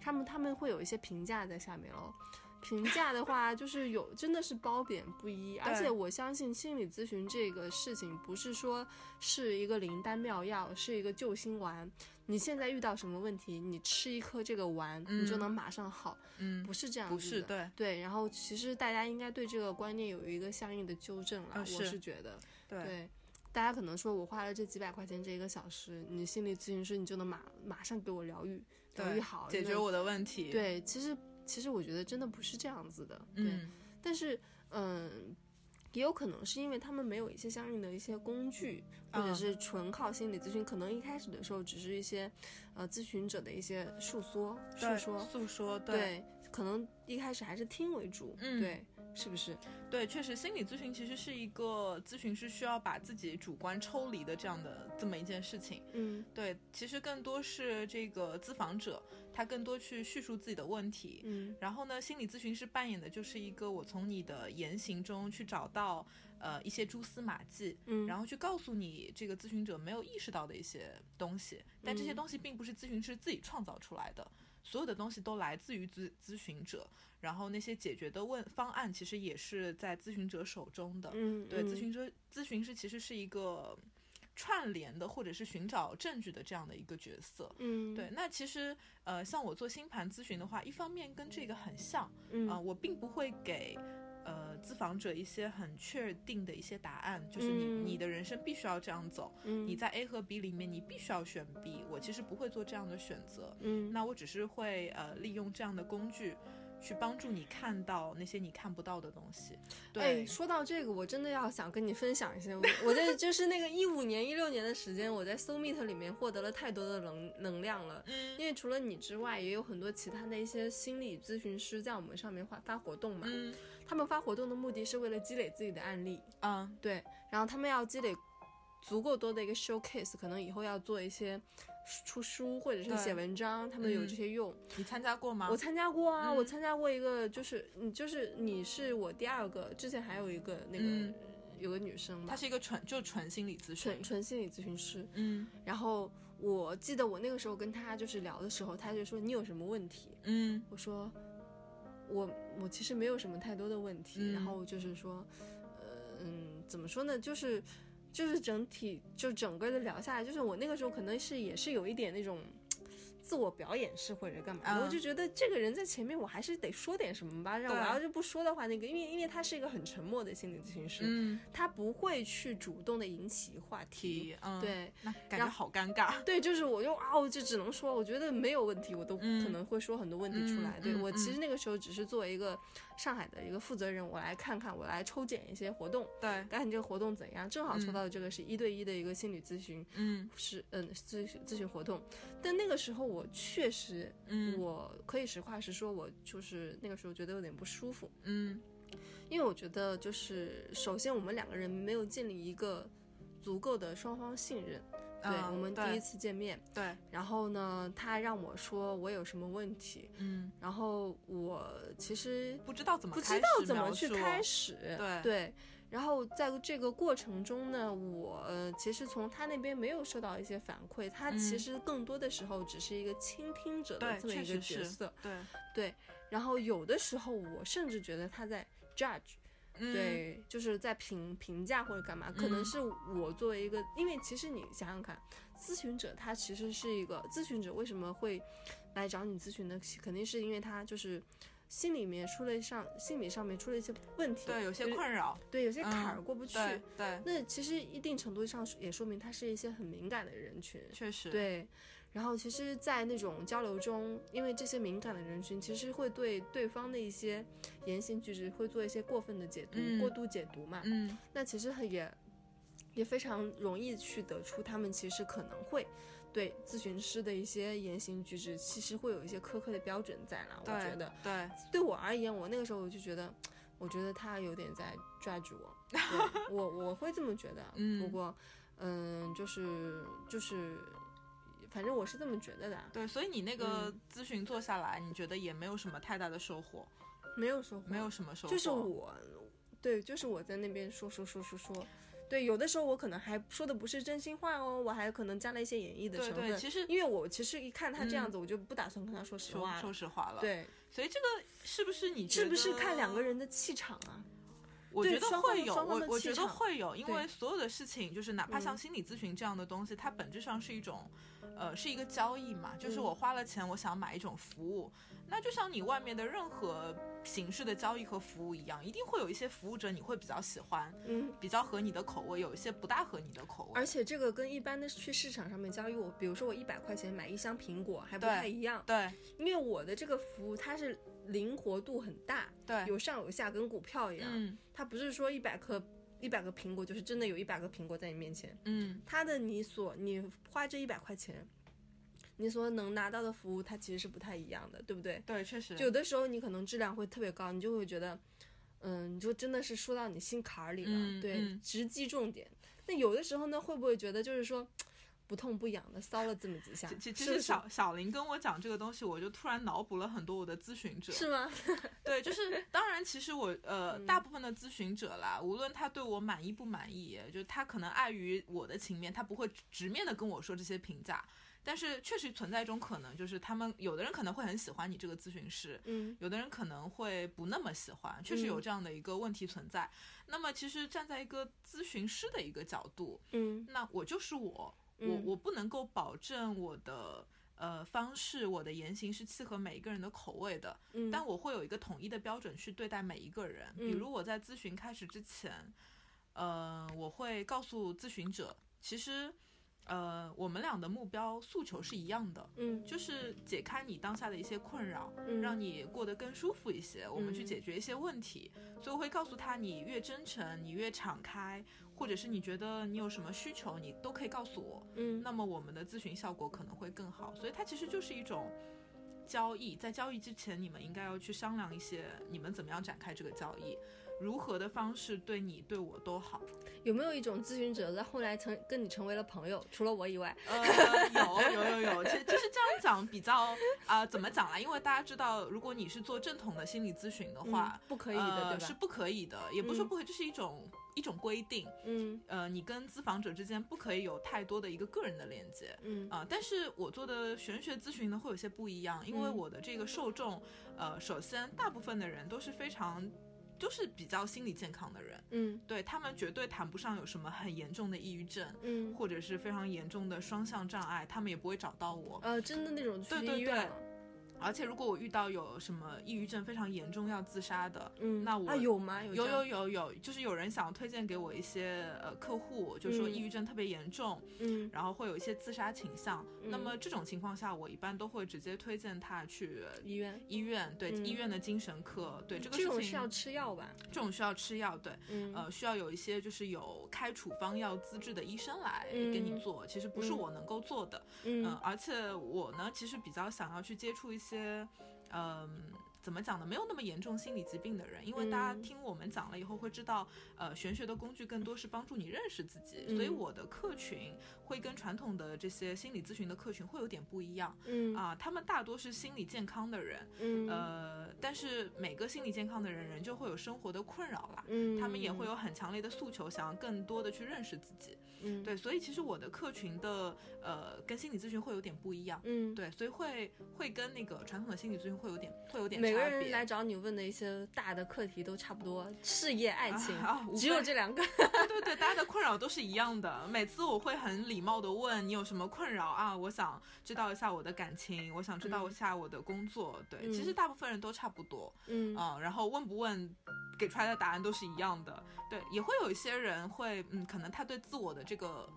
他们他们会有一些评价在下面哦，评价的话就是有真的是褒贬不一，而且我相信心理咨询这个事情不是说是一个灵丹妙药，是一个救心丸。你现在遇到什么问题，你吃一颗这个丸，你就
嗯
能马上好，
嗯，
不是这样子
不
的。
是对
对，然后其实大家应该对这个观念有一个相应的纠正了，
啊
我
是
是觉得，
对
对，大家可能说我花了这几百块钱这一个小时，你心理咨询师你就能马马上给我疗愈，疗愈好，
解
那
决我的问题。，
对，其实其实我觉得真的不是这样子的，对，
嗯
但是嗯。也有可能是因为他们没有一些相应的一些工具，或者
嗯
是纯靠心理咨询，可能一开始的时候只是一些，呃，咨询者的一些诉说、诉
对
说，
诉说，对
对，可能一开始还是听为主，
嗯
对，是不是？
对确实，心理咨询其实是一个咨询师需要把自己主观抽离的这样的这么一件事情。
嗯
对，其实更多是这个咨访者，他更多去叙述自己的问题。
嗯
然后呢，心理咨询师扮演的就是一个我从你的言行中去找到呃一些蛛丝马迹，
嗯，
然后去告诉你这个咨询者没有意识到的一些东西，但这些
嗯
东西并不是咨询师自己创造出来的，所有的东西都来自于咨咨询者，然后那些解决的问方案其实也是在咨询者手中的。
嗯，
对，咨
嗯
询者咨询师其实是一个串联的，或者是寻找证据的这样的一个角色。
嗯，
对，那其实呃，像我做星盘咨询的话，一方面跟这个很像，
嗯，
啊、我并不会给呃咨访者一些很确定的一些答案，就是你、
嗯
你的人生必须要这样走，
嗯，
你在 A 和 B 里面你必须要选 B。我其实不会做这样的选择，
嗯，
那我只是会呃利用这样的工具。去帮助你看到那些你看不到的东西，对，
哎，说到这个，我真的要想跟你分享一些，我我这就是那个一五年、一六年的时间，我在 Soul Meet 里面获得了太多的能能量了。
嗯
因为除了你之外，也有很多其他的一些心理咨询师在我们上面发发活动嘛。
嗯
他们发活动的目的是为了积累自己的案例，
嗯
对，然后他们要积累足够多的一个 showcase，可能以后要做一些出书或者是
对嗯
写文章，他们有这些用。
你参加过吗？
我参加过啊，
嗯
我参加过一个，就是你就是你是我第二个，之前还有一个那个、
嗯
有个女生
它
吧，
是一个纯就纯心理咨询
纯，纯心理咨询师。
嗯
然后我记得我那个时候跟她就是聊的时候，她就说你有什么问题？
嗯
我说我我其实没有什么太多的问题，
嗯
然后就是说，呃嗯，怎么说呢，就是就是整体就整个的聊下来，就是我那个时候可能是也是有一点那种。自我表演式或者干嘛的，
嗯
我就觉得这个人在前面，我还是得说点什么吧。让我
对
要是不说的话，那个因为因为他是一个很沉默的心理咨询师，
嗯，
他不会去主动的引起话题。
题嗯，，
对，
那感觉
然后
好尴尬，
对，就是我就啊，我就只能说，我觉得没有问题，我都
嗯
可能会说很多问题出来。
嗯
对
嗯
我其
嗯
实那个时候只是作为一个上海的一个负责人，我来看看，我来抽检一些活动，
对，
看你这个活动怎样。正好抽
嗯
到的这个是一对一的一个心理咨询
嗯
师，嗯，咨询咨询活动。但那个时候我确实，
嗯
我可以实话实说，我就是那个时候觉得有点不舒服，
嗯
因为我觉得就是首先我们两个人没有建立一个足够的双方信任。对
嗯
我们第
对
一次见面，
对，
然后呢，他让我说我有什么问题，
嗯。
然后我其实
不知道怎么
不知道怎么去开
始
始，
对
然后在这个过程中呢，我呃其实从他那边没有收到一些反馈，他
嗯
其实更多的时候只是一个倾听者的
对
这么一
确
个
实是
角色。
描述，
然后有的时候，我甚至觉得他在 judge，、
对，
对，就是在评评价或者干嘛，可能
嗯
是我作为一个，因为其实你想想看，咨询者他其实是一个咨询者为什么会来找你咨询呢？其肯定是因为他就是心里面出了上心理上面出了一些问题，
对对有些
就
困扰，
对有些坎儿
嗯
过不去。
对对，
那其实一定程度上也说明他是一些很敏感的人群，
确实，
对。然后其实，在那种交流中，因为这些敏感的人群，其实会对对方的一些言行举止会做一些过分的解读、
嗯
过度解读嘛。
嗯
那其实很也也非常容易去得出，他们其实可能会对咨询师的一些言行举止，其实会有一些苛刻的标准在啦。我
对
觉得
对，
对我而言，我那个时候我就觉得，我觉得他有点在抓住我，对我我会这么觉得。
嗯
不过，嗯，就是就是，反正我是这么觉得的啊，
对，所以你那个
嗯
咨询做下来，你觉得也没有什么太大的收获，
没有收获，
没有，什么收获，
就是我，对，就是我在那边说说说说说。对，有的时候我可能还说的不是真心话哦，我还可能加了一些演绎的
对
成分。
对，其实
因为我其实一看他这样
嗯
子，我就不打算跟他说实
说
话
说
了。
实话了，，
对，
所以这个是不是你觉
是
得
不是看两个？人的气场啊？
我
对
觉得
双方
会有，
双方
我
的
我
气
觉得
场
会有，因
对
为所有的事情，就是哪怕像
嗯
心理咨询这样的东西，它本质上是一种呃，是一个交易嘛，
嗯
就是我花了钱，我想买一种服务，那就像你外面的任何形式的交易和服务一样，一定会有一些服务者你会比较喜欢，
嗯，
比较合你的口味，有一些不大合你的口味。
而且这个跟一般的去市场上面交易，我比如说我一百块钱买一箱苹果还不
对
太一样，
对
因为我的这个服务它是灵活度很大，
对，
有上有下，跟股票一样，
嗯
它不是说一百颗一百个苹果就是真的有一百个苹果在你面前，
嗯，
它的你所你花这一百块钱，你所能拿到的服务它其实是不太一样的，对不对？
对，确实，
就有的时候你可能质量会特别高，你就会觉得，嗯，你就真的是说到你心坎儿里了，
嗯
对，
嗯
直击重点。那有的时候呢，会不会觉得就是说不痛不痒的搔了这么几下
其，其其
是
实
不是
小小林跟我讲这个东西，我就突然脑补了很多我的咨询者，
是吗？
对， 就是当然，其实我呃，大部分的咨询者啦，无论他对我满意不满意，就是他可能碍于我的情面，他不会直直面的跟我说这些评价。但是确实存在一种可能，就是他们有的人可能会很喜欢你这个咨询师，
嗯
有的人可能会不那么喜欢，确实有这样的一个问题存在。那么其实站在一个咨询师的一个角度，
嗯
那我就是我，我
嗯
我不能够保证我的呃方式、我的言行是契合每一个人的口味的，
嗯，
但我会有一个统一的标准去对待每一个人。比
嗯
如我在咨询开始之前，呃，我会告诉咨询者，其实，呃，我们俩的目标诉求是一样的，
嗯
就是解开你当下的一些困扰，
嗯
让你过得更舒服一些。我们去
嗯
解决一些问题，所以我会告诉他，你越真诚，你越敞开，或者是你觉得你有什么需求，你都可以告诉我。
嗯
那么我们的咨询效果可能会更好。所以它其实就是一种交易，在交易之前，你们应该要去商量一些你们怎么样展开这个交易，如何的方式对你对我都好。
有没有一种咨询者在后来成跟你成为了朋友，除了我以外？
呃，有有有有，其实就是这样讲比较啊、怎么讲啦？因为大家知道，如果你是做正统的心理咨询的话。
嗯、不可以的，
呃
对
是
吧？
不可以的，也不是说
嗯
不可以，这是一种一种规定。
嗯
呃，你跟咨访者之间不可以有太多的一个个人的连接。
嗯
啊、但是我做的玄学咨询呢，会有些不一样，因为
嗯
我的这个受众，呃，首先大部分的人都是非常，都是比较心理健康的人，
嗯
对他们绝对谈不上有什么很严重的抑郁症，
嗯，
或者是非常严重的双向障碍，他们也不会找到我。
呃，真的那种去
对对
医院
对
了，
而且如果我遇到有什么抑郁症非常严重要自杀的，
嗯，
那我
啊有吗？有
有
这样
有有有，就是有人想推荐给我一些呃客户，就说
嗯
抑郁症特别严重，
嗯
然后会有一些自杀倾向。那
嗯
么这种情况下，我一般都会直接推荐他去
医院。
医院，对、
嗯
医院的精神科，对这个
这
事
种
情，
是要吃药吧？
这种需要吃药，对，
嗯，
呃，需要有一些就是有开处方药资质的医生来给你
嗯
做，其实不是
嗯
我能够做的，嗯、
嗯
而且我呢，其实比较想要去接触一些，嗯、怎么讲呢？没有那么严重心理疾病的人，因为大家
嗯
听我们讲了以后会知道，呃，玄学的工具更多是帮助你认识自己，所以
嗯
我的客群会跟传统的这些心理咨询的客群会有点不一样。
嗯
啊，他们大多是心理健康的人，
嗯
呃，但是每个心理健康的人，人就会有生活的困扰啦。
嗯，
他们也会有很强烈的诉求，想要更多的去认识自己。
嗯
对，所以其实我的客群的呃，跟心理咨询会有点不一样。
嗯，
对，所以会会跟那个传统的心理咨询会有点会有点
每个
差
人
别。啊
来找你问的一些大的课题都差不多，事业、爱情
啊无，
只
非
有这两个。
对对对，大家的困扰都是一样的。每次我会很礼貌的问你有什么困扰啊？我想知道一下我的感情，我想知道一下我的工作。对，其实
嗯
大部分人都差不多。
嗯
嗯，然后问不问，给出来的答案都是一样的。对，也会有一些人会，嗯，可能他对自我的这个，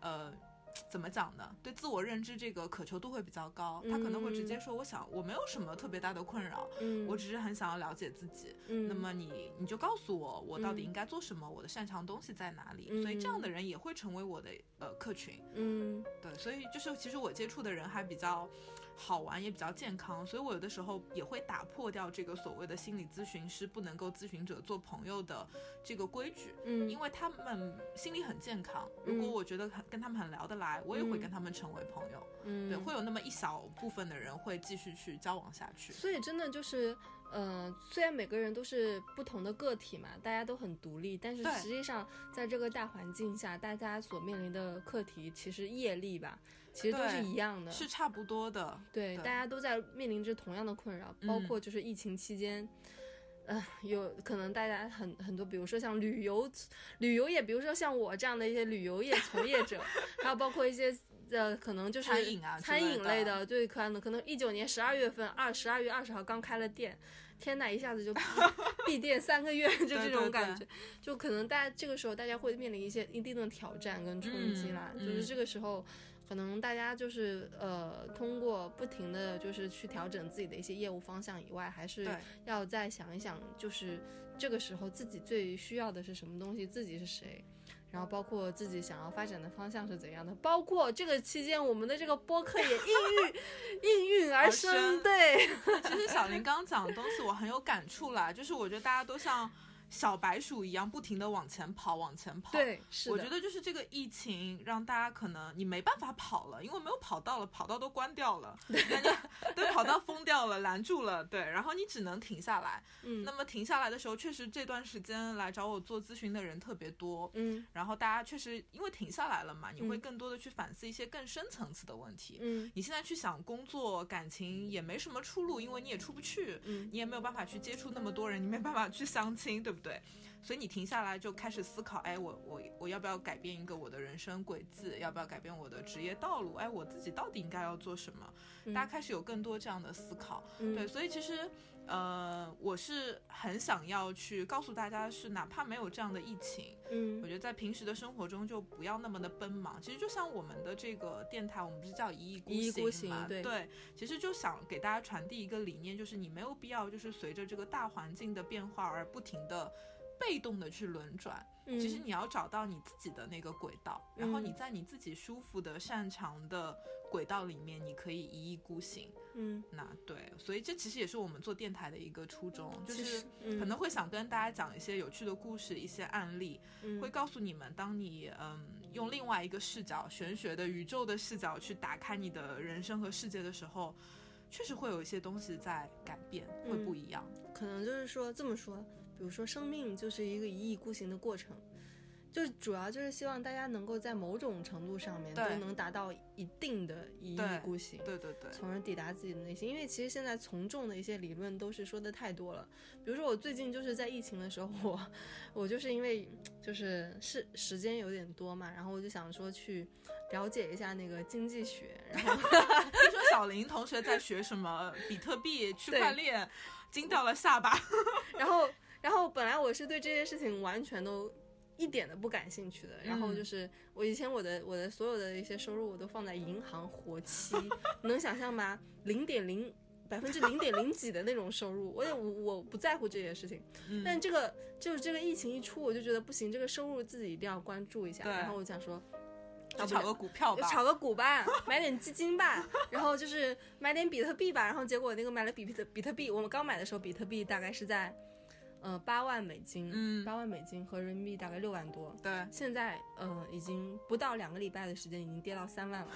呃，怎么讲呢？对自我认知这个渴求度会比较高，他可能会直接说，我想我没有什么特别大的困扰，
嗯，
我只是很想要了解自己。
嗯
那么你你就告诉我，我到底
嗯
应该做什么，我的擅长东西在哪里。所以这样的人也会成为我的呃客群。
嗯
对，所以就是其实我接触的人还比较好玩，也比较健康，所以我有的时候也会打破掉这个所谓的心理咨询师不能够咨询者做朋友的这个规矩，
嗯，
因为他们心理很健康。如果
嗯
我觉得很跟他们很聊得来，我也会跟
嗯
他们成为朋友。
嗯
对，会有那么一小部分的人会继续去交往下去。
所以真的就是，呃，虽然每个人都是不同的个体嘛，大家都很独立，但是
对
实际上在这个大环境下，大家所面临的课题，其实业力吧，其实都是
对
一样的。
是差不多的，
对，
对嗯
大家都在面临着同样的困扰，包括就是疫情期间。呃，有可能大家很很多，比如说像旅游旅游业，比如说像我这样的一些旅游业从业者 ，还有包括一些呃，可能就是
餐饮啊之
餐
类
饮
的
类的，对，可能可能一九年十二月份，二十二月二十号刚开了店，天呐，一下子 就闭店三个月，就这
对
种
对
感觉，就可能大家这个时候大家会面临一些一定的挑战跟冲击啦，
嗯
就是
嗯
这个时候。可能大家就是呃，通过不停的就是去调整自己的一些业务方向以外，还是
对
要再想一想，就是这个时候自己最需要的是什么东西，自己是谁，然后包括自己想要发展的方向是怎样的，包括这个期间我们的这个播客也应 运应运而
而
生，
生
对，
其实小林刚讲的东西我很有感触啦，就是我觉得大家都像小白鼠一样，不停的往前跑，往前跑。，
对，是的，
我觉得就是这个疫情让大家可能你没办法跑了，因为没有跑道了，跑道都关 掉了，对，对，跑道封掉了，拦住了，对，然后你只能停下来。
嗯
那么停下来的时候，确实这段时间来找我做咨询的人特别多。
嗯
然后大家确实因为停下来了嘛，你会
嗯
更多的去反思一些更深层次的问题。
嗯
你现在去想工作、感情也没什么出路，因为你也出不去，
嗯
你也没有办法去接触那么多人，你没办法去相亲，对不对？所以你停下来就开始思考，哎，我我我要不要改变一个我的人生轨迹？要不要改变我的职业道路？哎，我自己到底应该要做什么？
嗯
大家开始有更多这样的思考。
嗯
对，所以其实，呃，我是很想要去告诉大家的是，哪怕没有这样的疫情，我
嗯
觉得在平时的生活中就不要那么的奔忙。其实就像我们的这个电台，我们不是叫一意孤
一意孤行
嘛？
对
其实就想给大家传递一个理念，就是你没有必要就是随着这个大环境的变化而不停的。被动的去轮转，
嗯，
其实你要找到你自己的那个轨道，然后
嗯
你在你自己舒服的、擅长的轨道里面，你可以一意孤行。
嗯
那对，所以这其实也是我们做电台的一个初衷，就
其
是
实嗯
可能会想跟大家讲一些有趣的故事、一些案例，
嗯
会告诉你们，当你嗯用另外一个视角、玄学的宇宙的视角去打开你的人生和世界的时候，确实会有一些东西在改变，会
嗯
不一样。
可能就是说这么说，比如说生命就是一个一意孤行的过程，就主要就是希望大家能够在某种程度上面都
对
能达到一定的一意
对
孤行。
对对对，
从而抵达自己的内心，因为其实现在从众的一些理论都是说的太多了。比如说我最近就是在疫情的时候， 我我就是因为就是是时间有点多嘛，然后我就想说去了解一下那个经济学，然后
听说小林同学在学什么比特币、区块链，惊掉了 下巴。
然后，然后本来我是对这些事情完全都一点都不感兴趣的。然
嗯
后就是我以前我的我的所有的一些收入我都放在银行活期， 你能想象吗？零点零。百分之零点零几的那种收入，我也我我不在乎这些事情，
嗯
但这个就是这个疫情一出，我就觉得不行，这个收入自己一定要关注一下。
对
然后我想说，
就炒个股票吧，
炒个股吧，买点基金吧，然后就是买点比特币吧。然后结果那个买了比特比特币，我们刚买的时候，比特币大概是在呃八万美金，
嗯
八万美金和人民币大概六万多。
对，
现在呃已经不到两个礼拜的时间，已经跌到三万 了。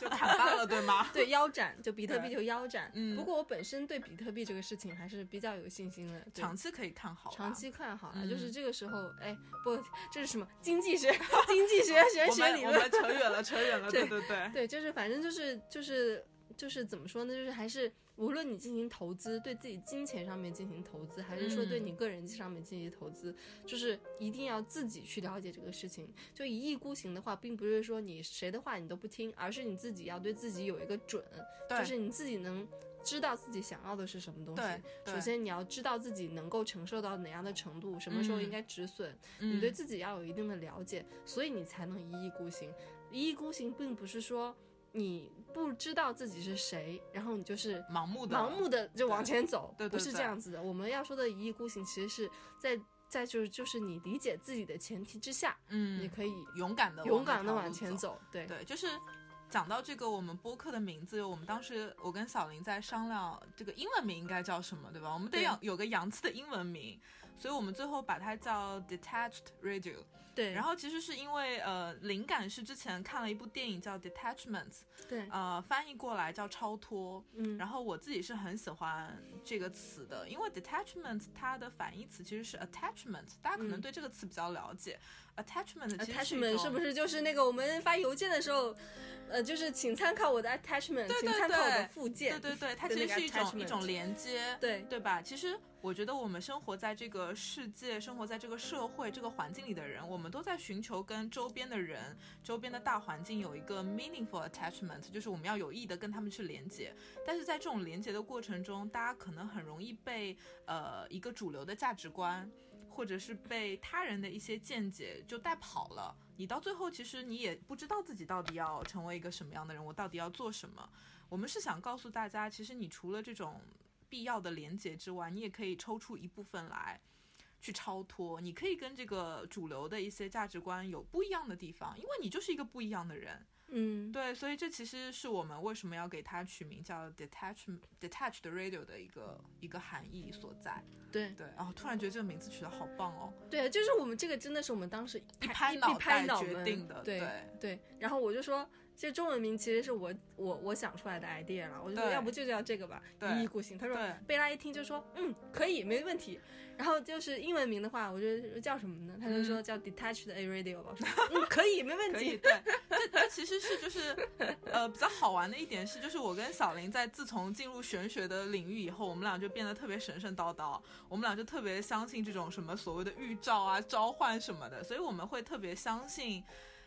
就砍半了，对吗？
对，腰斩，就比特币
对
就腰斩。
嗯
不过我本身对比特币这个事情还是比较有信心的。对
长期可以看好吧，
长期看好了，
嗯
就是这个时候，哎，不，这是什么经济学、经济学玄
我
学
们
理
我
论？
们扯远了，扯远 了，
对
对对对，
对，就是反正就是就是就是怎么说呢？就是还是无论你进行投资，对自己金钱上面进行投资，还是说对
嗯
你个人上面进行投资，就是一定要自己去了解这个事情。就一意孤行的话，并不是说你谁的话你都不听，而是你自己要对自己有一个准，
对
就是你自己能。知道自己想要的是什么东西
对。对
首先，你要知道自己能够承受到哪样的程度，什么时候应
嗯
该止损，你
嗯
对自己要有一定的了解，所以你才能一意孤行。一意孤行并不是说你不知道自己是谁，然后你就是
嗯盲目的
盲目的就往前走，
对对
不是这样子的。我们要说的一意孤行，其实是在在就是就是你理解自己的前提之下，
嗯，
你可以
勇敢的
勇敢的往前
走。
走。对，
对，就是讲到这个我们播客的名字，我们当时我跟小林在商量这个英文名应该叫什么，对吧？我们得
对
有有个洋气的英文名，所以我们最后把它叫 Detached Radio。
对，
然
后
后其实是因为呃，灵感是之前看了一部电影叫 Detachment，
对，
呃，翻译过来叫超脱。
嗯，
然后我自己是很喜欢这个词的，因为 detachment 它的反义词其实是 attachment，大家可
嗯
能对这个词比较了解。attachment 其实是一
attachment
种
是不是就是那个我们发邮件的时候，呃，就是请参考我的 attachment，
对
请参考我
对
的附件。
对对对，它
的
其实
那个
是一种一
attachment
种连接，
对
对吧？其实我觉得我们生活在这个世界，生活在这个社会、这个环境里的人，我们们都在寻求跟周边的人、周边的大环境有一个 meaningful attachment，就是我们要有意的跟他们去连接。但是在这种连接的过程中，大家可能很容易被呃一个主流的价值观，或者是被他人的一些见解就带跑了。你到最后，其实你也不知道自己到底要成为一个什么样的人，我到底要做什么。我们是想告诉大家，其实你除了这种必要的连接之外，你也可以抽出一部分来去超脱。你可以跟这个主流的一些价值观有不一样的地方，因为你就是一个不一样的人。
嗯，
对，所以这其实是我们为什么要给它取名叫 detach detached radio 的一个一个含义所在。
对
对，然、后突然觉得这个名字取得好棒哦，
对，就是我们这个真的是我们当时一
一拍
一一拍
袋
脑
决
门
定的。
对对，然后我就说。这中文名其实是我我我想出来的 idea 了，我就说
对
要不就叫这个吧，
对
一意孤行。他说
对
贝拉一听就说，嗯，可以，没问题。然后就是英文名的话，我就叫什么呢？他就说叫 Detached A Radio 吧。我说嗯，可以，没问
嗯 可以，
题。
对，这这其实是就是，呃，比较好玩的一点是，就是我跟小林在自从进入玄学的领域以后，我们俩就变得特别神神叨叨，我们俩就特别相信这种什么所谓的预兆啊、召唤什么的，所以我们会特别相信，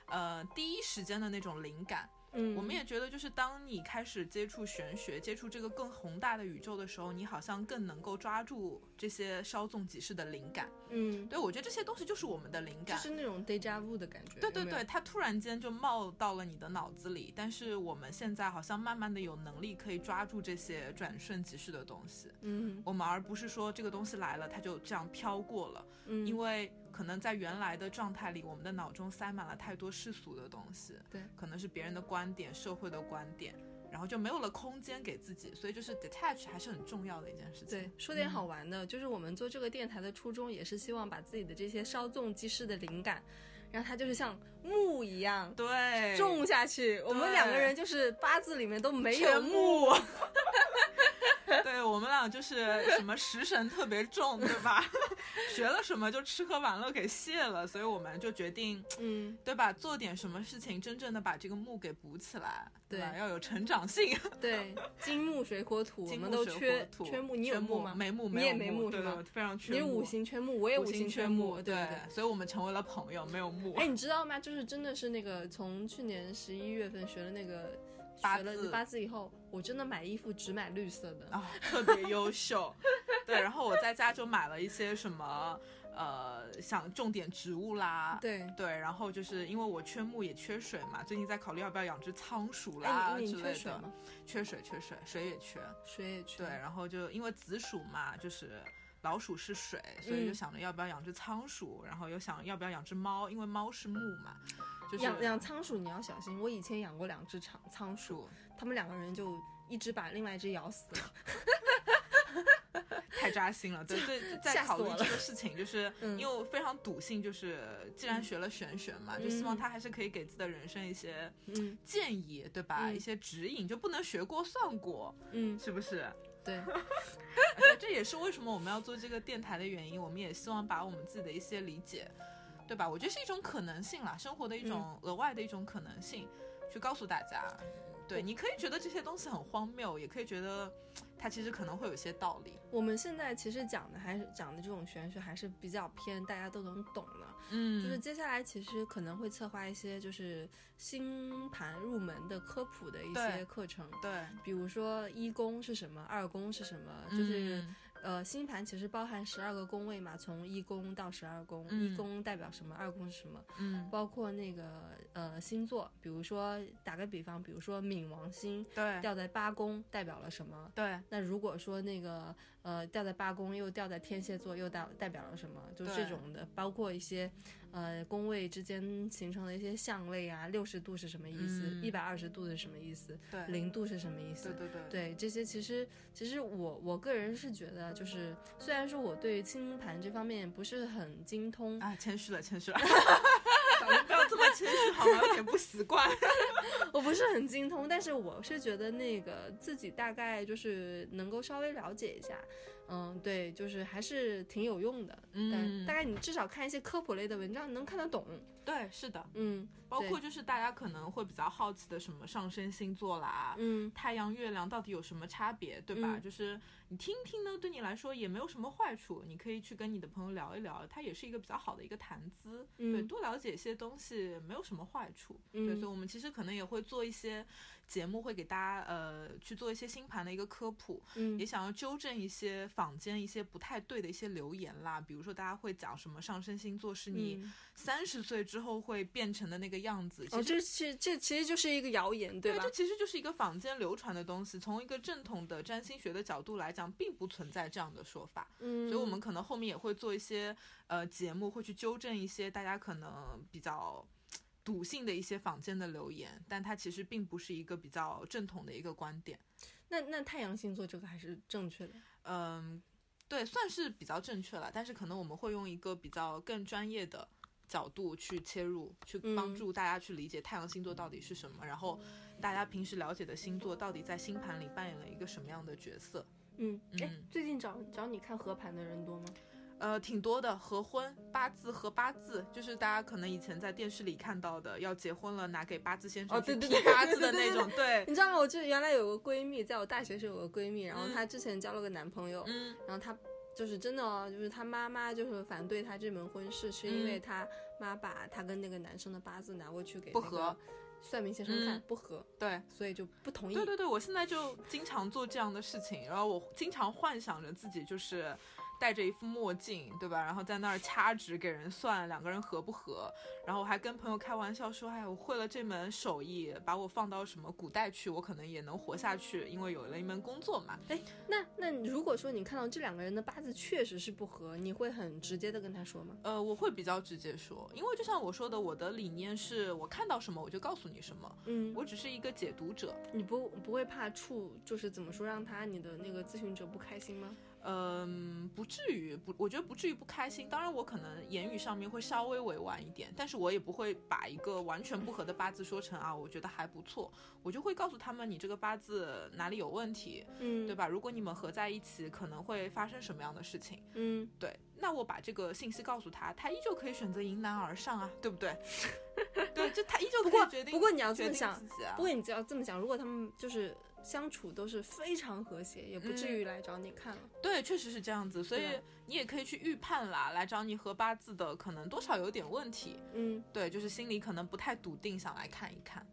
呃，第一时间的那种灵感。
嗯，
我们也觉得，就是当你开始接触玄学、接触这个更宏大的宇宙的时候，你好像更能够抓住这些稍纵即逝的灵感。
嗯，
对我觉得这些东西就是我们的灵
就
感。
是那种 deja vu 的感觉。
对
有
对
没有
对，，它突然间就冒到了你的脑子里，但是我们现在好像慢慢的有能力可以抓住这些转瞬即逝的东西，
嗯
我们而不是说这个东西来了它就这样飘过了，
嗯，
因为可能在原来的状态里，我们的脑中塞满了太多世俗的东西，
对，
可能是别人的观点、社会的观点，然后就没有了空间给自己，所以就是 detach 还是很重要的一件事情。
对，说点好玩的，就是我们做这个电台的初衷也是希望把自己的这些稍纵即逝的灵感，让它就是像木一样
对，
种下去。我们两个人就是八字里面都没有木，
木。 对我们俩就是什么食神特别重，对吧？ 学了什么就吃喝玩乐给卸了，所以我们就决定，
嗯，
对吧？做点什么事情，真正的把这个木给补起来，吧
对
要有成长性。
对，金木水火土，我
金
们
木
都
水火
缺
土
缺木，你有
缺
木吗？
没木，
你也
有
没木
木，
是
对
吗
对，非常缺
你
木。
是五行缺木，我也
五
行
缺
木，对
对
对。
所以我们成为了朋友，没有木。
哎，你知道吗？就是真的是那个，从去年十一月份学了那个
八
学了
字
八字以后，我真的买衣服只买绿色的。
啊，特别优秀。对，然后我在家就买了一些什么，呃，想种点植物啦。
对，
对，然后就是因为我缺木也缺水嘛，最近在考虑要不要养只仓鼠啦
哎，你
之
你缺
类
水
的。
吗？
缺水，缺水，水也缺。
水也缺。
对，然后就因为紫薯嘛，就是老鼠是水，所以就
嗯
想着要不要养只仓鼠，然后又想要不要养只猫，因为猫是木嘛，就是
养养仓鼠你要小心，我以前养过两只仓仓鼠，
鼠
它们两个人就一只把另外一只咬死了。
太扎心 了。对对，在
吓
考
死
虑
我
这个事情，就是
嗯
因为我非常笃信，就是既然学了玄学嘛，就希望
嗯
他还是可以给自己的人生一些
嗯
建议，对吧？
嗯
一些指引，就不能学过算过，
嗯，
是不是？
对，
对， 这也是为什么我们要做这个电台的原因。我们也希望把我们自己的一些理解，对吧？我觉得是一种可能性啦，生活的一种
嗯
额外的一种可能性，去告诉大家。对，你可以觉得这些东西很荒谬，也可以觉得它其实可能会有些道理。
我们现在其实讲的还是讲的这种玄学还是比较偏大家都能懂的，
嗯
就是接下来其实可能会策划一些就是星盘入门的科普的一些
对
课程。
对，
比如说一宫是什么，二宫是什么，就是、
嗯
呃，星盘其实包含十二个宫位嘛，从一宫到十二宫，
嗯
一宫代表什么，二宫是什么，
嗯，
包括那个呃星座，比如说打个比方，比如说冥王星
对
掉在八宫代表了什么？
对
那如果说那个呃掉在八宫又掉在天蝎座又代代表了什么？就
对
这种的，包括一些呃宫位之间形成的一些相位啊，六十度是什么意思？
嗯
一百二十度是什么意思？
对，
零度是什么意思？
对对对
对这些，其实其实我我个人是觉得，就是虽然说我对星盘这方面不是很精通，
啊，谦虚了，谦 虚了。 小林不要这么谦虚好吗？有点不 习惯。
我不是很精通，但是我是觉得那个自己大概就是能够稍微了解一下，嗯，对，就是还是挺有用的。但
嗯
大概你至少看一些科普类的文章，你能看得懂。
对，是的，
嗯
包括就是大家可能会比较好奇的什么上升星座啦。
嗯，
太阳、月亮到底有什么差别，对吧？
嗯
就是你听听呢，对你来说也没有什么坏处，你可以去跟你的朋友聊一聊，它也是一个比较好的一个谈资。
嗯
对，多了解一些东西没有什么坏处。
嗯
对，所以我们其实可能也会做一些节目，会给大家呃去做一些星盘的一个科普，
嗯
也想要纠正一些坊间一些不太对的一些留言啦，比如说大家会讲什么上升星座是你
嗯
三十岁之后会变成的那个样子，其
哦，
实
这是这其实就是一个谣言，对吧
这？其实就是一个坊间流传的东西。从一个正统的占星学的角度来讲，并不存在这样的说法。
嗯，
所以，我们可能后面也会做一些呃节目，会去纠正一些大家可能比较笃信的一些坊间的留言，但它其实并不是一个比较正统的一个观点。
那那太阳星座这个还是正确的。
嗯，对，算是比较正确了，但是可能我们会用一个比较更专业的角度去切入，去帮
嗯
助大家去理解太阳星座到底是什么，然后大家平时了解的星座到底在星盘里扮演了一个什么样的角色。
嗯，哎
嗯，
最近找找你看合盘的人多吗？
呃，挺多的，合婚、八字合八字，就是大家可能以前在电视里看到的，要结婚了拿给八字先
哦
生去
对
批
对对
八字的那种，对，
你知道吗？我就原来有个闺蜜，在我大学时有个闺蜜，然后
嗯
她之前交了个男朋友，
嗯
然后她就是真的、哦，就是她妈妈就是反对她这门婚事，是因为
嗯
她妈把她跟那个男生的八字拿过去给
不
那个
合
算命先生看，
嗯
不合，
对。
所以就不同意。
对对对，我现在就经常做这样的事情，然后我经常幻想着自己就是戴着一副墨镜，对吧？然后在那儿掐指给人算两个人合不合，然后我还跟朋友开玩笑说，哎，我会了这门手艺，把我放到什么古代去，我可能也能活下去，因为有了一门工作嘛。
那那你如果说你看到这两个人的八字确实是不合，你会很直接的跟他说吗？
呃，我会比较直接说，因为就像我说的，我的理念是我看到什么我就告诉你什么，
嗯，
我只是一个解读者。
你不不会怕触，就是怎么说让他你的那个咨询者不开心吗？
嗯，不至于不，我觉得不至于不开心。当然，我可能言语上面会稍微委婉一点，但是我也不会把一个完全不合的八字说成啊，我觉得还不错，我就会告诉他们你这个八字哪里有问题，
嗯，
对吧？如果你们合在一起，可能会发生什么样的事情？
嗯，
对，那我把这个信息告诉他，他依旧可以选择迎难而上啊，对不对？ 对，就他依旧
不
可
过
以决定
不过你要这
决
么
定
想，
自己啊
不。过你只要这么想，如果他们就是相处都是非常和谐，也不至
嗯
于来找你看了。
对，确实是这样子，所以
对吧啊
你也可以去预判啦，来找你合八字的可能多少有点问题。
嗯
对，就是心里可能不太笃定，想来看一看，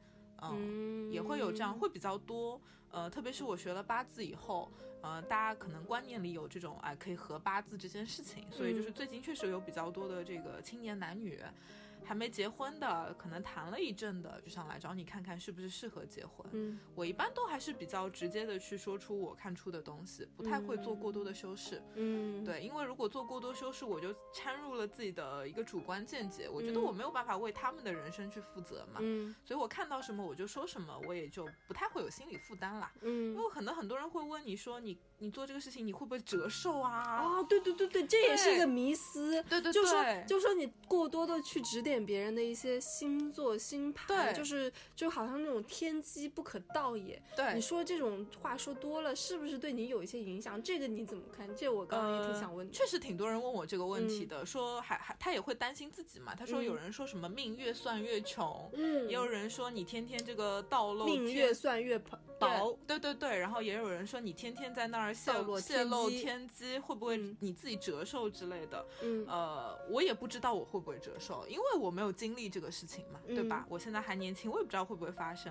嗯，
嗯
也会有这样，会比较多。呃，特别是我学了八字以后，呃，大家可能观念里有这种哎、可以合八字这件事情，所以就是
嗯
最近确实有比较多的这个青年男女。还没结婚的，可能谈了一阵的，就想来找你看看是不是适合结婚。
嗯
我一般都还是比较直接的去说出我看出的东西，不太会做过多的修饰。
嗯，
对，啊因为如果做过多修饰，我就掺入了自己的一个主观见解，我觉得
嗯
我没有办法为他们的人生去负责嘛，
嗯
所以我看到什么我就说什么，我也就不太会有心理负担啦。
嗯。
因为可能很多人会问你说你你做这个事情你会不会折寿啊？
哦，对对对对，这也是一
对
个迷思。
对对
就说
对
就说你过多的去指点别人的一些星座星盘，
对
就是就好像那种天机不可道也。你
对，
说这种话说多了，是不是对你有一些影响？这个你怎么看？这我刚刚也挺想问你。
确实挺多人问我这个问题的，说还还他也会担心自己嘛，他说
嗯
有人说什么命越算越穷，
嗯
也有人说你天天这个道漏
命
天
越算越薄薄，
对对对，然后也有人说你天天在那儿泄
暴露
泄
天
露
机
天机，会不会
嗯
你自己折寿之类的？
嗯
呃，我也不知道我会不会折寿，因为我没有经历这个事情嘛，
嗯
对吧？我现在还年轻，我也不知道会不会发生。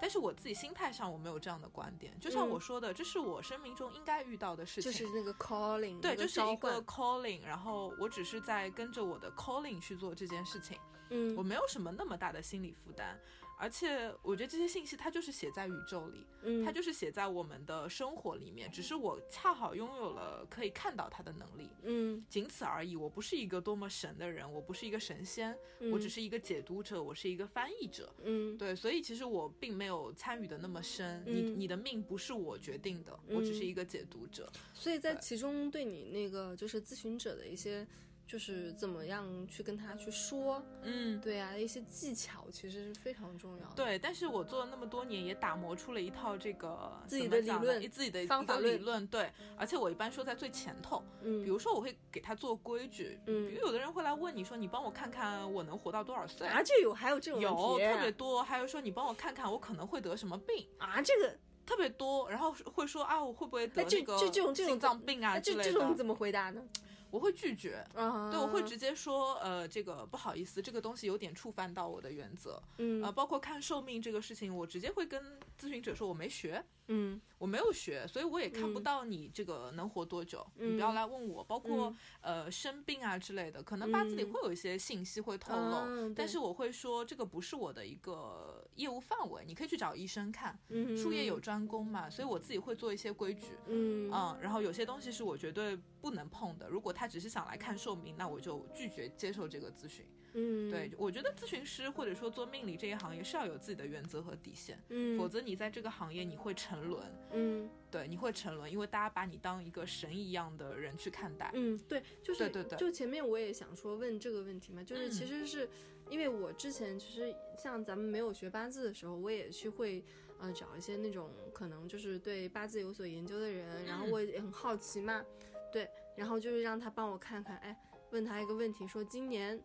但是我自己心态上我没有这样的观点，就像
嗯
我说的，这是我生命中应该遇到的事
就
情。
是那个 calling，
对，
那
就是
召
一个
唤
calling，然后我只是在跟着我的 calling 去做这件事情，
嗯
我没有什么那么大的心理负担，而且我觉得这些信息它就是写在宇宙里，
嗯，
它就是写在我们的生活里面，只是我恰好拥有了可以看到它的能力，
嗯，
仅此而已。我不是一个多么神的人，我不是一个神仙，我只是一个解读者，我是一个翻译者。
嗯
对，所以其实我并没有参与的那么深。你
嗯
你的命不是我决定的，我只是
嗯
一个解读者。
所以在其中对你那个就是咨询者的一些就是怎么样去跟他去说，
嗯，
对啊，一些技巧其实是非常重要的。
对，但是我做了那么多年，也打磨出了一套这个
自己
怎
的
么讲
理
呢
论
一自己的一
方
个
法
理
论
论。对，而且我一般说在最前头，比
嗯
如说我会给他做规矩，比
嗯
如有的人会来问你说，你帮我看看我能活到多少岁。
啊，这有还有这种
有
问题
特别多，还有说你帮我看看我可能会得什么病，
啊，这个
特别多，然后会说啊我会不会得
哎这
那个
这这种这种
心脏病啊
那
之
这
类
这
的，
种你怎么回答呢？
我会拒绝，
啊，
对，我会直接说，呃，这个不好意思，这个东西有点触犯到我的原则，
嗯
呃，包括看寿命这个事情，我直接会跟咨询者说我没学，
嗯
我没有学，所以我也看不
嗯
到你这个能活多久，你不要来问我，包括、呃生病啊之类的，可能八字里
嗯
会有一些信息会透露。
嗯，
但是我会说，这个不是我的一个业务范围，你可以去找医生看。术
术
业有专攻嘛，所以我自己会做一些规矩，
嗯
嗯，然后有些东西是我绝对不能碰的。如果他只是想来看寿命，那我就拒绝接受这个咨询。
嗯
对，我觉得咨询师或者说做命理这一行业是要有自己的原则和底线，
嗯
否则你在这个行业你会沉沦。
嗯
对，你会沉沦，因为大家把你当一个神一样的人去看待。
嗯，对，就是
对对对
就前面我也想说问这个问题嘛，就是
嗯
其实是、因为我之前其实像咱们没有学八字的时候，我也去会呃找一些那种可能就是对八字有所研究的人，然后
嗯
我也很好奇嘛，对，然后就是让他帮我看看，哎，问他一个问题，说今年。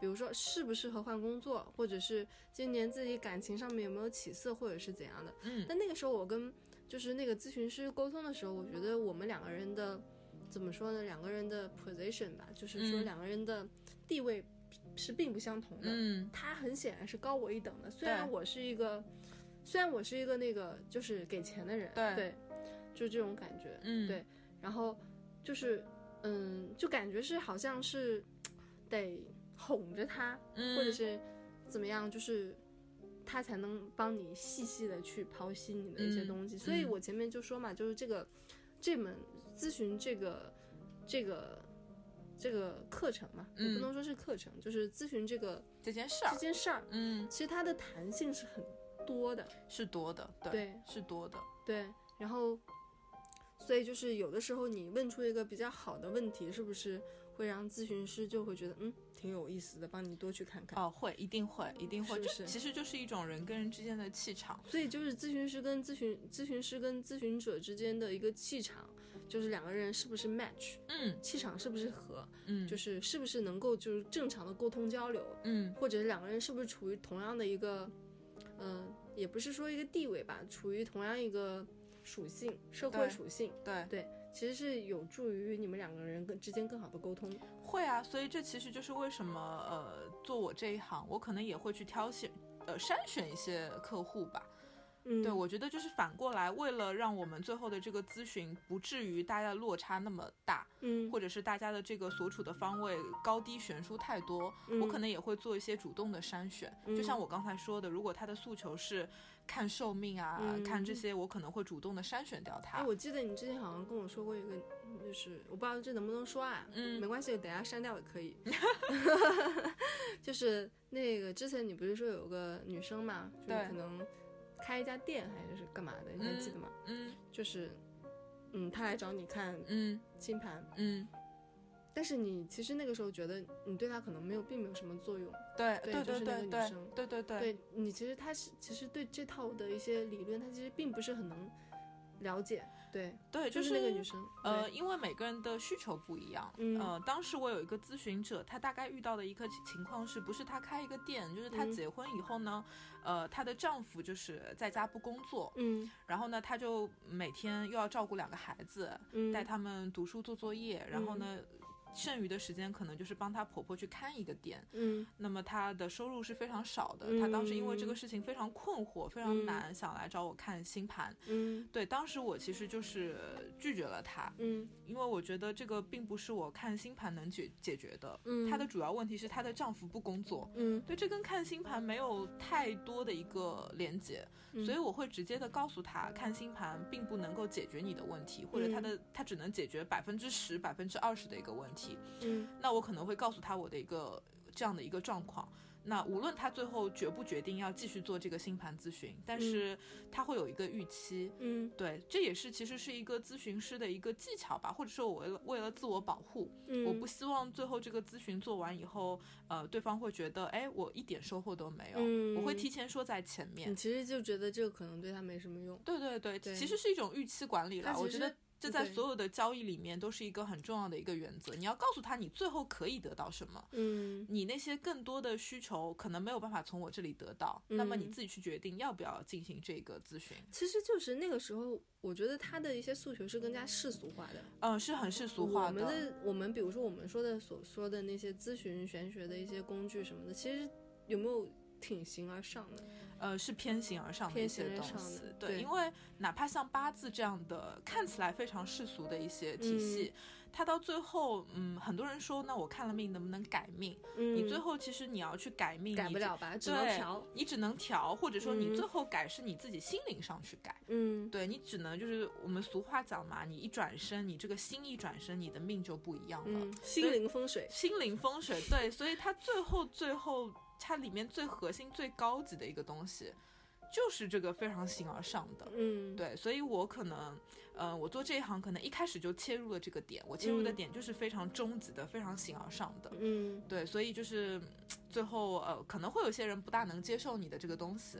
比如说适不适合换工作，或者是今年自己感情上面有没有起色，或者是怎样的。
嗯
但那个时候我跟就是那个咨询师沟通的时候，我觉得我们两个人的怎么说呢？两个人的 position 吧，就是说
嗯
两个人的地位是并不相同的。
嗯
他很显然是高我一等的，虽然我是一个，虽然我是一个那个就是给钱的人，
对
就这种感觉。
嗯，
对然后就是嗯，就感觉是好像是得哄着他，
嗯，
或者是怎么样，就是他才能帮你细细的去剖析你的一些
嗯
东西。所以
嗯
我前面就说嘛，就是这个这门咨询这个这个这个课程嘛，也
嗯
不能说是课程，就是咨询这个
这件事
这
儿，
件事儿，
嗯，
其实它的弹性是很多的，
是多的，对，
对
是多的，
对，然后。所以就是有的时候你问出一个比较好的问题，是不是会让咨询师就会觉得嗯挺有意思的，帮你多去看看。
哦，会，一定会，一定会，
是不
就是其实就是一种人跟人之间的气场，
所以就是咨询师跟咨询咨询师跟咨询者之间的一个气场，就是两个人是不是 match，
嗯
气场是不是合，
嗯，
就是是是不是能够就是正常的沟通交流，
嗯
或者是两个人是不是处于同样的一个，嗯、也不是说一个地位吧，处于同样一个属性，社会
对
属性，
对，
其实是有助于你们两个人跟之间更好的沟通。
会啊，所以这其实就是为什么呃做我这一行，我可能也会去挑选呃筛选一些客户吧，
嗯，
对，我觉得就是反过来，为了让我们最后的这个咨询不至于大家的落差那么大，
嗯，
或者是大家的这个所处的方位高低悬殊太多，我可能也会做一些主动的筛选。就像
嗯
我刚才说的，如果他的诉求是看寿命啊、看这
嗯
些，我可能会主动的筛选掉他。
哎，我记得你之前好像跟我说过一个，就是我不知道这能不能说啊，
嗯
没关系，等一下删掉也可以。 就是那个之前你不是说有个女生嘛，就是
对
可能开一家店还是干嘛的，你还记得吗？
嗯
就是，嗯，她来找你看
嗯
星盘，
嗯，
但是你其实那个时候觉得你对她可能没有，并没有什么作用。
对
对
对
就
对
是那个
对
女
对
生
对对对，
对你其实她是其实对这套的一些理论，她其实并不是很能了解。对，
对，
就是那个女生，
呃，
对，
因为每个人的需求不一样，
嗯
呃，当时我有一个咨询者，他大概遇到的一个情情况是不是他开一个店，就是他
嗯
结婚以后呢，呃，她的丈夫就是在家不工作，
嗯
然后呢，她就每天又要照顾两个孩子，
嗯，
带他们读书做作业，然后呢。剩余的时间可能就是帮她婆婆去看一个店，
嗯
那么她的收入是非常少的。
嗯
她当时因为这个事情非常困惑，非常
嗯
难，想来找我看星盘。
嗯
对，当时我其实就是拒绝了她，
嗯
因为我觉得这个并不是我看星盘能解解决的。
嗯，
她的主要问题是她的丈夫不工作，
嗯
对，这跟看星盘没有太多的一个连接，
嗯
所以我会直接的告诉她，看星盘并不能够解决你的问题，或者她的她只能解决百分之十、百分之二十的一个问题。
嗯
那我可能会告诉她我的一个这样的一个状况。那无论他最后决不决定要继续做这个星盘咨询，但是他会有一个预期。
嗯
对，这也是其实是一个咨询师的一个技巧吧，或者说我为了为了自我保护，
嗯，
我不希望最后这个咨询做完以后，呃，对方会觉得，哎，我一点收获都没有。
嗯
我会提前说在前面
你。其实就觉得这个可能对他没什么用。
对对对，
对
其实是一种预期管理
它
了。
其
我
实
觉得这在
对
所有的交易里面都是一个很重要的一个原则。你要告诉他你最后可以得到什么，
嗯
你那些更多的需求可能没有办法从我这里得到，那么你
嗯
自己去决定要不要进行这个咨询。，
其实就是那个时候，我觉得他的一些诉求是更加世俗化的。
嗯，是很世俗
我
化
们的我们，比如说我们说的所说的那些咨询玄学的一些工具什么的，其实有没有挺形而上的？
呃，是偏形而上的
偏
一
形
些
而
东
上的
西。
对
因为哪怕像八字这样的看起来非常世俗的一些体系，它到最后，嗯，很多人说，那我看了命能不能改命？
嗯，
你最后其实你要去改命，
改
你
不
只
了吧，只能
对
调。
你只能调，或者说你
嗯
最后改是你自己心灵上去改。
嗯，
对你只能就是我们俗话讲嘛，你一转身，你这个心一转身，你的命就不一样了。
嗯，心灵风水。
心灵风水，对，所以它最后最后它里面最核心、最高级的一个东西，就是这个非常形而上的。
嗯，
对，所以我可能，呃，我做这一行可能一开始就切入了这个点，我切入的
嗯
点就是非常终极的、非常形而上的。
嗯，
对，所以就是嗯最后呃，可能会有些人不大能接受你的这个东西，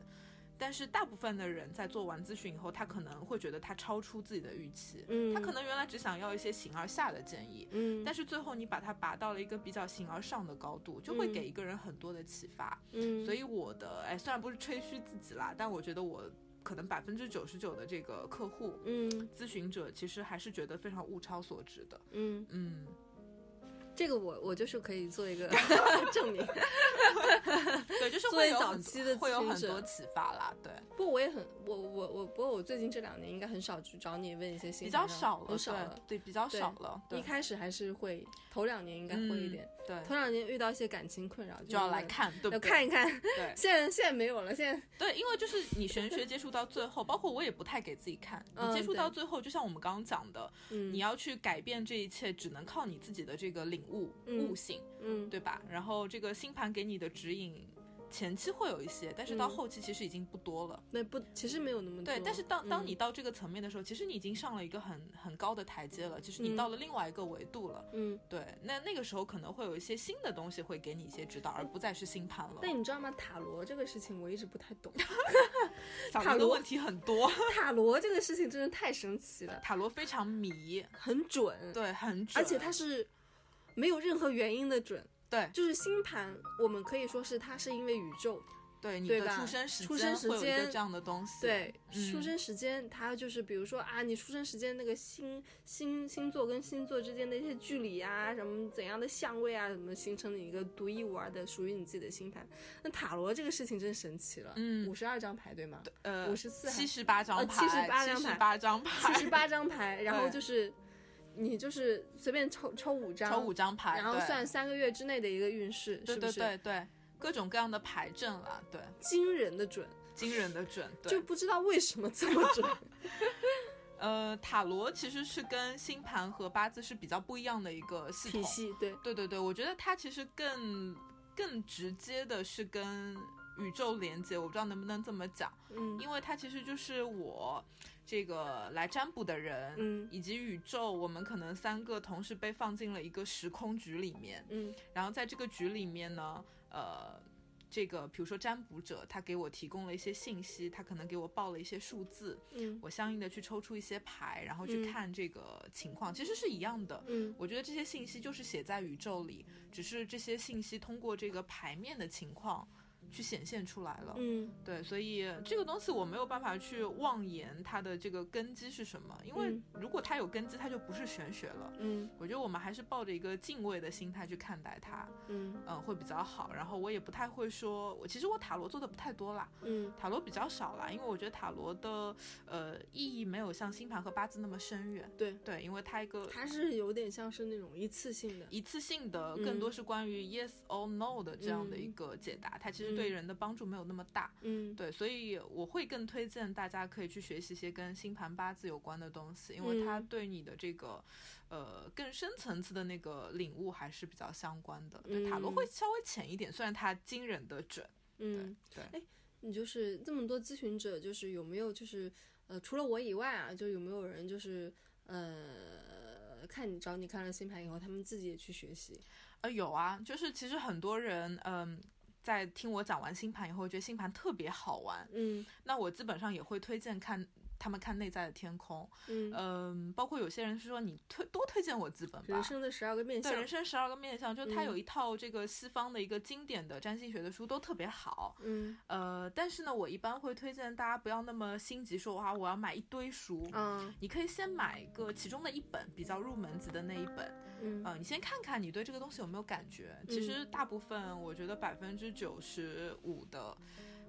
但是大部分的人在做完咨询以后，他可能会觉得他超出自己的预期，
嗯，
他可，能原来只想要一些形而下的建议。
嗯，
但是最后你把它拔到了一个比较形而上的高度，就会
嗯
给一个人很多的启发。
嗯，
所以我的哎，虽然不是吹嘘自己啦，但我觉得我可能百分之九十九的这个客户
嗯
咨询者，其实还是觉得非常物超所值的。
嗯，
嗯，
这个我我就是可以做一个 证 明。
对，就是
作
会
为
有
早
很
期
多
的
会有
咨询
很
者
多启发啦，对。
不过我也很，我我我，不过我最近这两年应该很少去找你问一些新闻
比较
了
少了，
很少了。
对，对，比较
对
少了，对
一，开始还是会，头两年应该会一点，
嗯，对，
头两年遇到一些感情困扰
就要来
问，
看，对不
要
对？
看一 看。
对
现在现在没有了，现在
对，因为就是你玄学接触到最后，包括我也不太给自己看，你
嗯
接触
对
到最后，就像我们刚刚讲的，
嗯
你要去改变这一切，只能靠你自己的这个领悟、
嗯
悟性，
嗯
对吧？然后这个星盘给你的指引。前期会有一些，但是到
嗯
后期其实已经不多了。
那不其实没有那么多。
对，但是当当
嗯
你到这个层面的时候，其实你已经上了一个很很高的台阶了，就是你
嗯
到了另外一个维度了。
嗯，
对，那那个时候可能会有一些新的东西会给你一些指导，而不再是星盘 了。
但你知道吗？塔罗这个事情我一直不太懂，
塔
塔
罗的
罗
问题很多，
塔罗这个事情真的太神奇 了，
塔罗非常迷，
很准，
对，很准，
而且它是没有任何原因的准。
对
就是星盘，我们可以说是它是因为宇宙
对你
对
的
吧
出生时
出
间
生时
会有一个
间
这样的东西，
对，
嗯
出生时间它就是比如说啊，你出生时间那个星星星座跟星座之间的一些距离啊，什么怎样的相位啊，什么形成的一个独一无二的属于你自己的星盘。那塔罗这个事情真神奇了，
嗯
五十二张牌对吗？
呃，
五十四
七十八张
呃
牌，
78张牌
八张牌，
七十八张牌，然后
对
就是你就是随便抽抽五张，
抽五张牌，
然后
对
算三个月之内的一个运势，
对
是不
对
是
对对，各种各样的牌阵啊，对，
惊人的准，
惊人的准，对，
就不知道为什么这么准。
呃，塔罗其实是跟星盘和八字是比较不一样的一个系
体
统，
系对，
对对对，我觉得它其实更更直接的是跟宇宙连接，我不知道能不能这么讲，
嗯
因为它其实就是我这个来占卜的人，
嗯
以及宇宙，我们可能三个同时被放进了一个时空局里面，
嗯
然后在这个局里面呢，呃。这个，比如说占卜者，他给我提供了一些信息，他可能给我报了一些数字，
嗯
我相应的去抽出一些牌，然后去
嗯
看这个情况，其实是一样的。
嗯
我觉得这些信息就是写在宇宙里，只是这些信息通过这个牌面的情况去显现出来了。
嗯
对，所以这个东西我没有办法去妄言它的这个根基是什么，因为
嗯
如果它有根基，它就不是玄学了。
嗯
我觉得我们还是抱着一个敬畏的心态去看待它，
嗯
嗯，会比较好。然后我也不太会说，我其实我塔罗做的不太多啦，
嗯
塔罗比较少啦，因为我觉得塔罗的呃意义没有像星盘和八字那么深远。
对
对，因为它一个
它是有点像是那种一次性的，
一次性的，
嗯
更多是关于 yes or no 的这样的一
嗯
个解答。它其实对人的帮助没有那么大。
嗯，
对，所以我会更推荐大家可以去学习一些跟星盘八字有关的东西，因为它
嗯
对你的这个，呃，更深层次的那个领悟还是比较相关的。对，塔罗
嗯
会稍微浅一点，虽然它惊人的准。
嗯，
对，
你就是这么多咨询者，就是有没有就是呃，除了我以外啊，就有没有人就是呃，看你找你看了星盘以后，他们自己也去学习？
呃，有啊，就是其实很多人，嗯。在听我讲完星盘以后，觉得星盘特别好玩。
嗯
那我基本上也会推荐看他们看内在的天空，
嗯，
嗯，包括有些人是说你推多推荐我资本吧
人，生的十二个面
对
相
人。生十二个面相，就它
嗯
有一套这个西方的一个经典的占星学的书，都特别好。
嗯
呃，但是呢，我一般会推荐大家不要那么心急说，哇，我要买一堆书。
啊
你可以先买个其中的一本比较入门级的那一本，
嗯
呃，你先看看你对这个东西有没有感觉。其实大部分我觉得百分之九十五的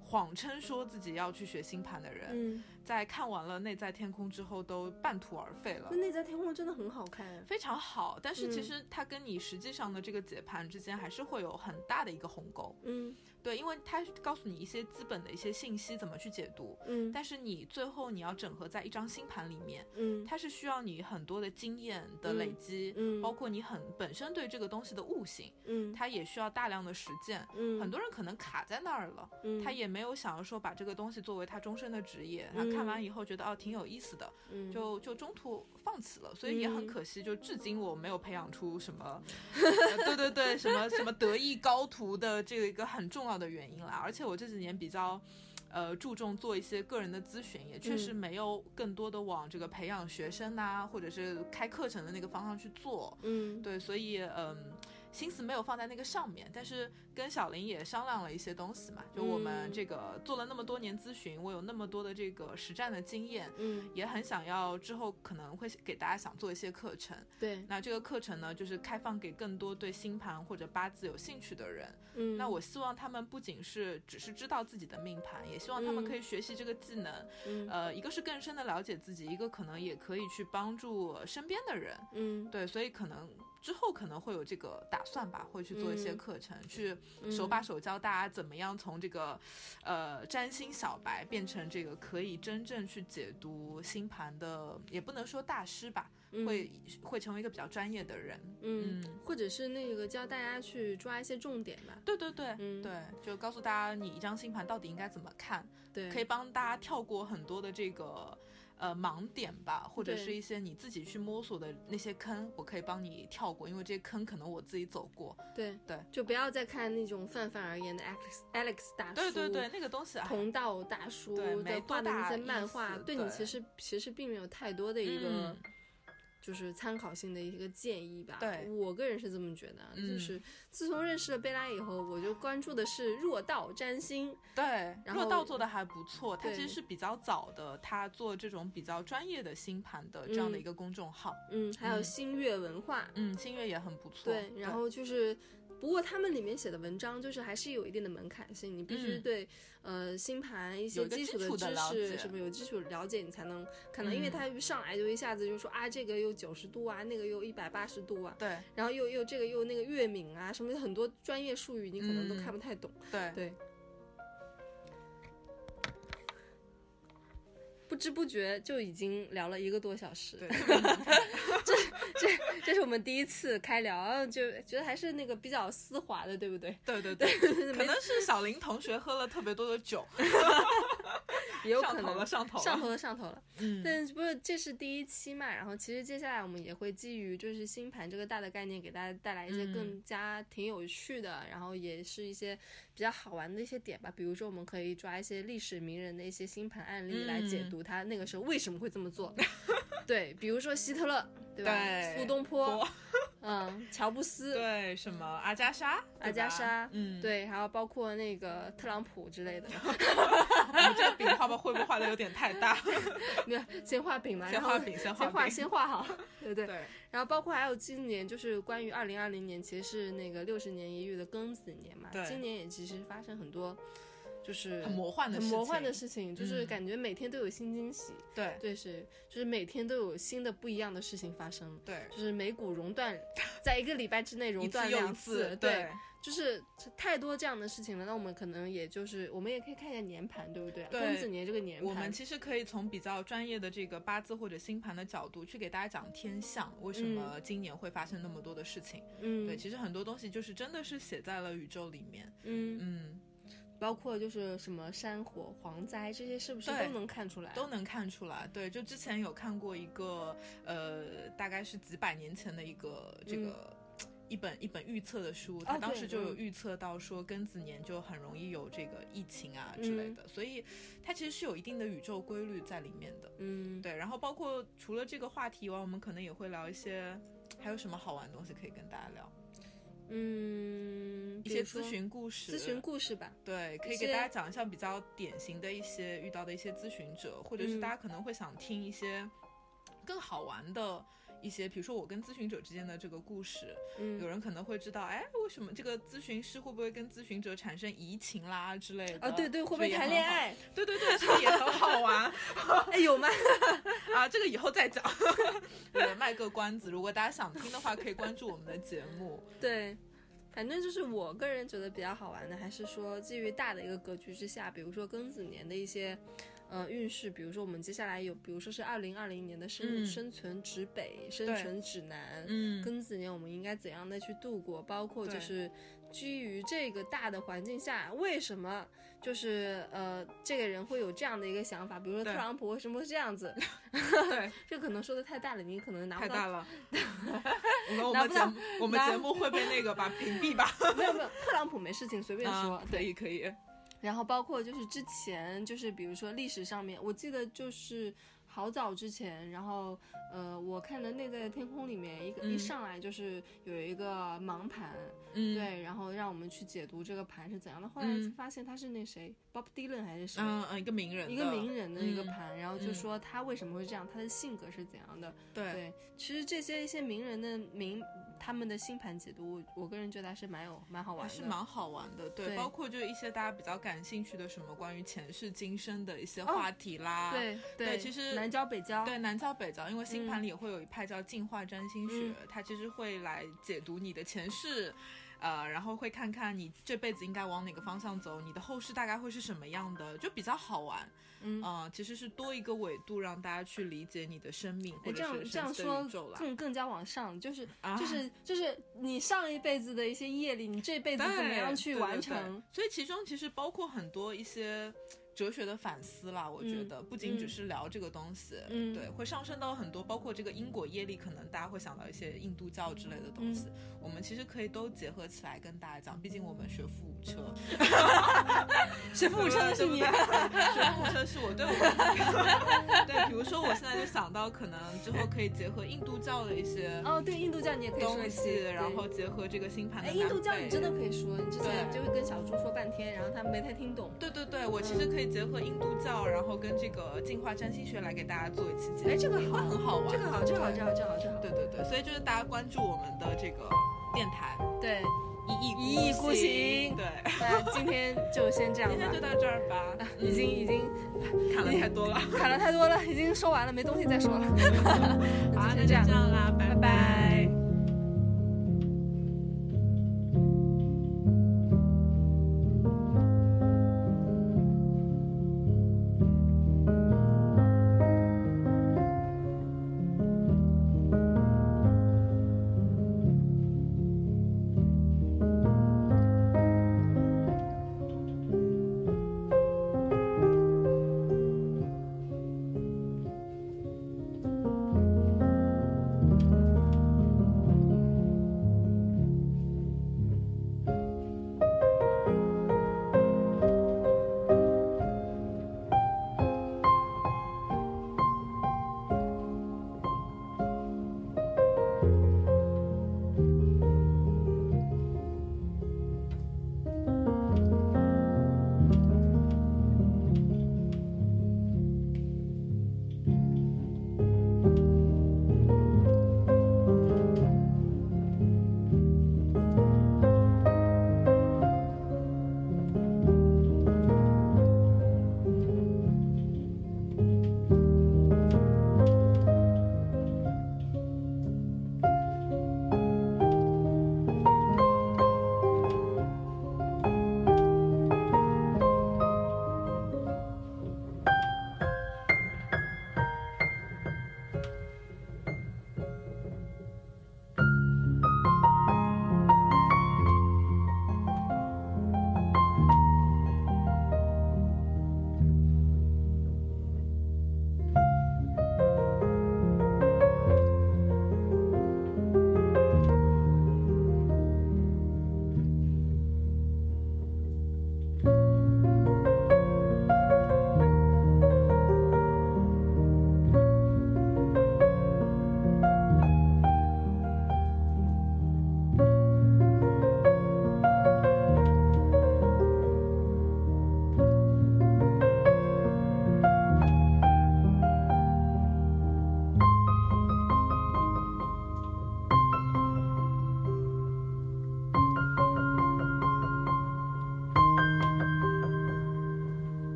谎称说自己要去学星盘的人，
嗯，
在看完了《内在天空》之后都半途而废了
那。内在天空真的很好看。啊
非常好，但是其
嗯
实它跟你实际上的这个解盘之间还是会有很大的一个鸿沟，
嗯
对，因为它告诉你一些基本的一些信息怎么去解读，
嗯
但是你最后你要整合在一张星盘里面，
嗯
它是需要你很多的经验的累积，
嗯
包括你很本身对这个东西的悟性，
嗯
它也需要大量的实践。
嗯，
很多人可能卡在那儿了，
嗯
他也没有想要说把这个东西作为他终身的职业。他看完以后觉得哦挺有意思的，
嗯
就就中途放弃了，所以也很
嗯
可惜。就至今我没有培养出 什么，呃对对对，什么什么德艺高徒的这个一个很重要的原因啦。而且我这几年比较。呃，注重做一些个人的咨询，也确实
嗯
没有更多的往这个培养学生呐、或者是开课程的那个方向去做。
嗯
对，所以嗯，心思没有放在那个上面，但是跟小林也商量了一些东西嘛，就我们
嗯
这个做了那么多年咨询，我有那么多的这个实战的经验。
嗯
也很想要之后可能会给大家想做一些课程，
对
那这个课程呢，就是开放给更多对星盘或者八字有兴趣的人。
嗯，
那我希望他们不仅是只是知道自己的命盘，也希望他
嗯
们可以学习这个技能，
嗯
呃，一个是更深的了解自己，一个可能也可以去帮助身边的人。
嗯
对，所以可能之后可能会有这个打算吧，会去做一些
嗯
课程，去
嗯
手把手教大家怎么样从这个，呃，占星小白变成这个可以真正去解读星盘的，也不能说大师吧，
嗯
会会成为一个比较专业的人。
嗯，或者是那个教大家去抓一些重点吧。
对对对，
嗯
对，就告诉大家你一张星盘到底应该怎么看，
对，
可以帮大家跳过很多的这个呃盲点吧，或者
对
是一些你自己去摸索的那些坑，我可以帮你跳过，因为这些坑可能我自己走过。
对
对，
就不要再看那种泛泛而言的 Alex Alex 大叔，
对对对，，那个东西啊，
同道大叔
对没
的画的
多大
那些
意
漫
思
画，对你
对
其实其实并没有太多的一个
嗯
就是参考性的一个建议吧。
对
我个人是这么觉得啊，
嗯
就是自从认识了贝拉以后，我就关注的是弱道占星。
对，
然
若
后
道做的还不错，他
对
其实是比较早的，他做这种比较专业的星盘的这样的
嗯
一个公众号，
嗯，还有
嗯
星月文化，
嗯，星月也很不错。
对，然后就是，不过他们里面写的文章就是还是有一定的门槛性，你必须
嗯
对、呃星盘一
有
些
一个
基
基
础的
础的
知
了
识
解
什么有基础了解，你才能看到，因为
嗯
他一上来就一下子就说啊这个又九十度啊，那个又一百八十度啊，
对
然后又又这个又那个月敏啊什么很多专业术语你可能都
嗯
看不太懂，
对
对。不知不觉就已经聊了一个多小时，
对，特别难看
这是我们第一次开聊，就觉得还是那个比较丝滑的，对不对？
对对对，可能是小林同学喝了特别多的酒，
也有可
上头
能
了，上头了，
上头了，上头了。
嗯，
但是不是这是第一期嘛？然后其实接下来我们也会基于就是星盘这个大的概念，给大家带来一些
嗯
更加挺有趣的，然后也是一些比较好玩的一些点吧。比如说我们可以抓一些历史名人的一些星盘案例
嗯
来解读他那个时候为什么会这么做。 对，比如说希特勒，对吧？
对
苏东坡
坡，
嗯，乔布斯，
对，什么阿加莎，
阿加莎
对吧嗯，
对，还有包括那个特朗普之类的，
你这个饼画吧会不会画的有点太大？
没有先画饼嘛，
先
然后
画饼，先
先
画
画
饼，
先画好， 对对。
对，
然后包括还有今年就是关于二零二零年，其实是那个六十年一遇的庚子年嘛
对，
今年也其实发生很多。就是
很魔幻的
很
事情，
魔幻的事情，就是
嗯
感觉每天都有新惊喜。
对
对，是，就是每天都有新的不一样的事情发生。
对，
就是美股熔断，在一个礼拜之 内熔
一
断
次又
两
一次，
对，就是太多这样的事情了。那我们可能也就是，我们也可以看一下年盘，对不对？
对
庚子年这个年盘，
我们其实可以从比较专业的这个八字或者星盘的角度去给大家讲天象，为什么今年会发生那么多的事情。对，
嗯
其实很多东西就是真的是写在了宇宙里面。
嗯，
嗯，
包括就是什么山火、蝗灾这些，是不是
对
都能看出来？啊
都能看出来。对，就之前有看过一个呃，大概是几百年前的一个这个。一本一本预测的书，他
嗯对
当时就有
嗯
预测到说庚子年就很容易有这个疫情啊之
嗯
类的，所以它其实是有一定的宇宙规律在里面的。
嗯，
对，然后包括除了这个话题以外，我们可能也会聊一些，还有什么好玩的东西可以跟大家聊，
嗯，
一
比
些
如说
咨询故事，
咨询故事吧。
对，可
一
以给
些
大家讲一下比较典型的一些遇到的一些咨询者，或者是
嗯
大家可能会想听一些更好玩的。一些，比如说我跟咨询者之间的这个故事，
嗯，
有人可能会知道，哎，为什么这个咨询师会不会跟咨询者产生移情啦之类的？
啊，对对，会不
这
会
也
谈
很
恋
好？
爱？
对对对，这个也很好玩。
哎，有吗？
啊，这个以后再讲，对，卖个关子。如果大家想听的话，可以关注我们的节目。
对，反正就是我个人觉得比较好玩的，还是说基于大的一个格局之下，比如说庚子年的一些，呃，运势，比如说我们接下来有，比如说是二零二零年的生、
嗯
生存指北、生
对
存指南。
嗯，
庚子年我们应该怎样的去度过？包括就
对
是基于这个大的环境下，为什么就是呃这个人会有这样的一个想法？比如说特
对
朗普为什么会这样子？
对，
这可能说的太大了，你可能拿
太
不到
大 了。
拿不到
我们我们节目我们
拿
节目会被那个吧屏蔽吧？
没有没有，特朗普没事情，随便说。
啊，可以可以。
然后包括就是之前就是比如说历史上面，我记得就是好早之前，然后呃，我看的《内在的天空》里面一个、一
嗯
上来就是有一个盲盘，
嗯，
对，然后让我们去解读这个盘是怎样的。后来
嗯
发现他是那谁、Bob Dylan 还是谁。
嗯嗯，一个名人，
一个名，人的一个
嗯
盘，然后就说他为什么会这样，他的性格是怎样的？
对，
对，其实这些一些名人的名，他们的星盘解读，我我个人觉得还是蛮有蛮好玩
还
的，
是蛮好玩的。对，
对
包括就一些大家比较感兴趣的什么关于前世今生的一些
哦
话题啦。。
对
对其实
南交北交，
对南教北教，因为星盘里
嗯
也会有一派叫进化占星学，它其实会来解读你的前世，呃，然后会看看你这辈子应该往哪个方向走，你的后世大概会是什么样的，就比较好玩。
嗯
呃其实是多一个纬度让大家去理解你的生命
哎
或
这
者
样
是
这样
神奇的宇
说
宙啦。
更更加往上，就是、
啊
就是就是你上一辈子的一些业力，你这辈子
对
怎么样去完成？
对对对所以其中其实包括很多一些哲学的反思啦，我觉得、不仅只是聊这个东西，
嗯
对，会上升到很多，包括这个因果业力，可能大家会想到一些印度教之类的东西，
嗯
我们其实可以都结合起来跟大家讲，毕竟我们学富五车，
学富五车的是
对不
你
对， 学富五车是我对我，对，比如说我现在就想到，可能之后可以结合印度教的一些
哦，对，印度教你也可以说
东
一
西，
些，
然
对
后。结合这个星盘的
哎，
南
印度教
北
你真的可以说，你之前就会跟小猪说半天，然后他没太听懂。
对对对，我其实可以结合印度教，然后跟这个进化占星学来给大家做一期节目，
哎，这个
也
好，
会很好玩，
这个好，这个好，
对
这个好，这个好，这个好。
对对对，所以就是大家关注我们的这个电台
对，
一
一意孤行
对，
那今天就先这样
今天就
吧。
到这儿吧， 嗯
已经已经
砍 了太多了，
砍了太多了，已经说完了，没东西再说了。
好，
那
那
就
就
这样
这样啦，
拜
拜
拜
拜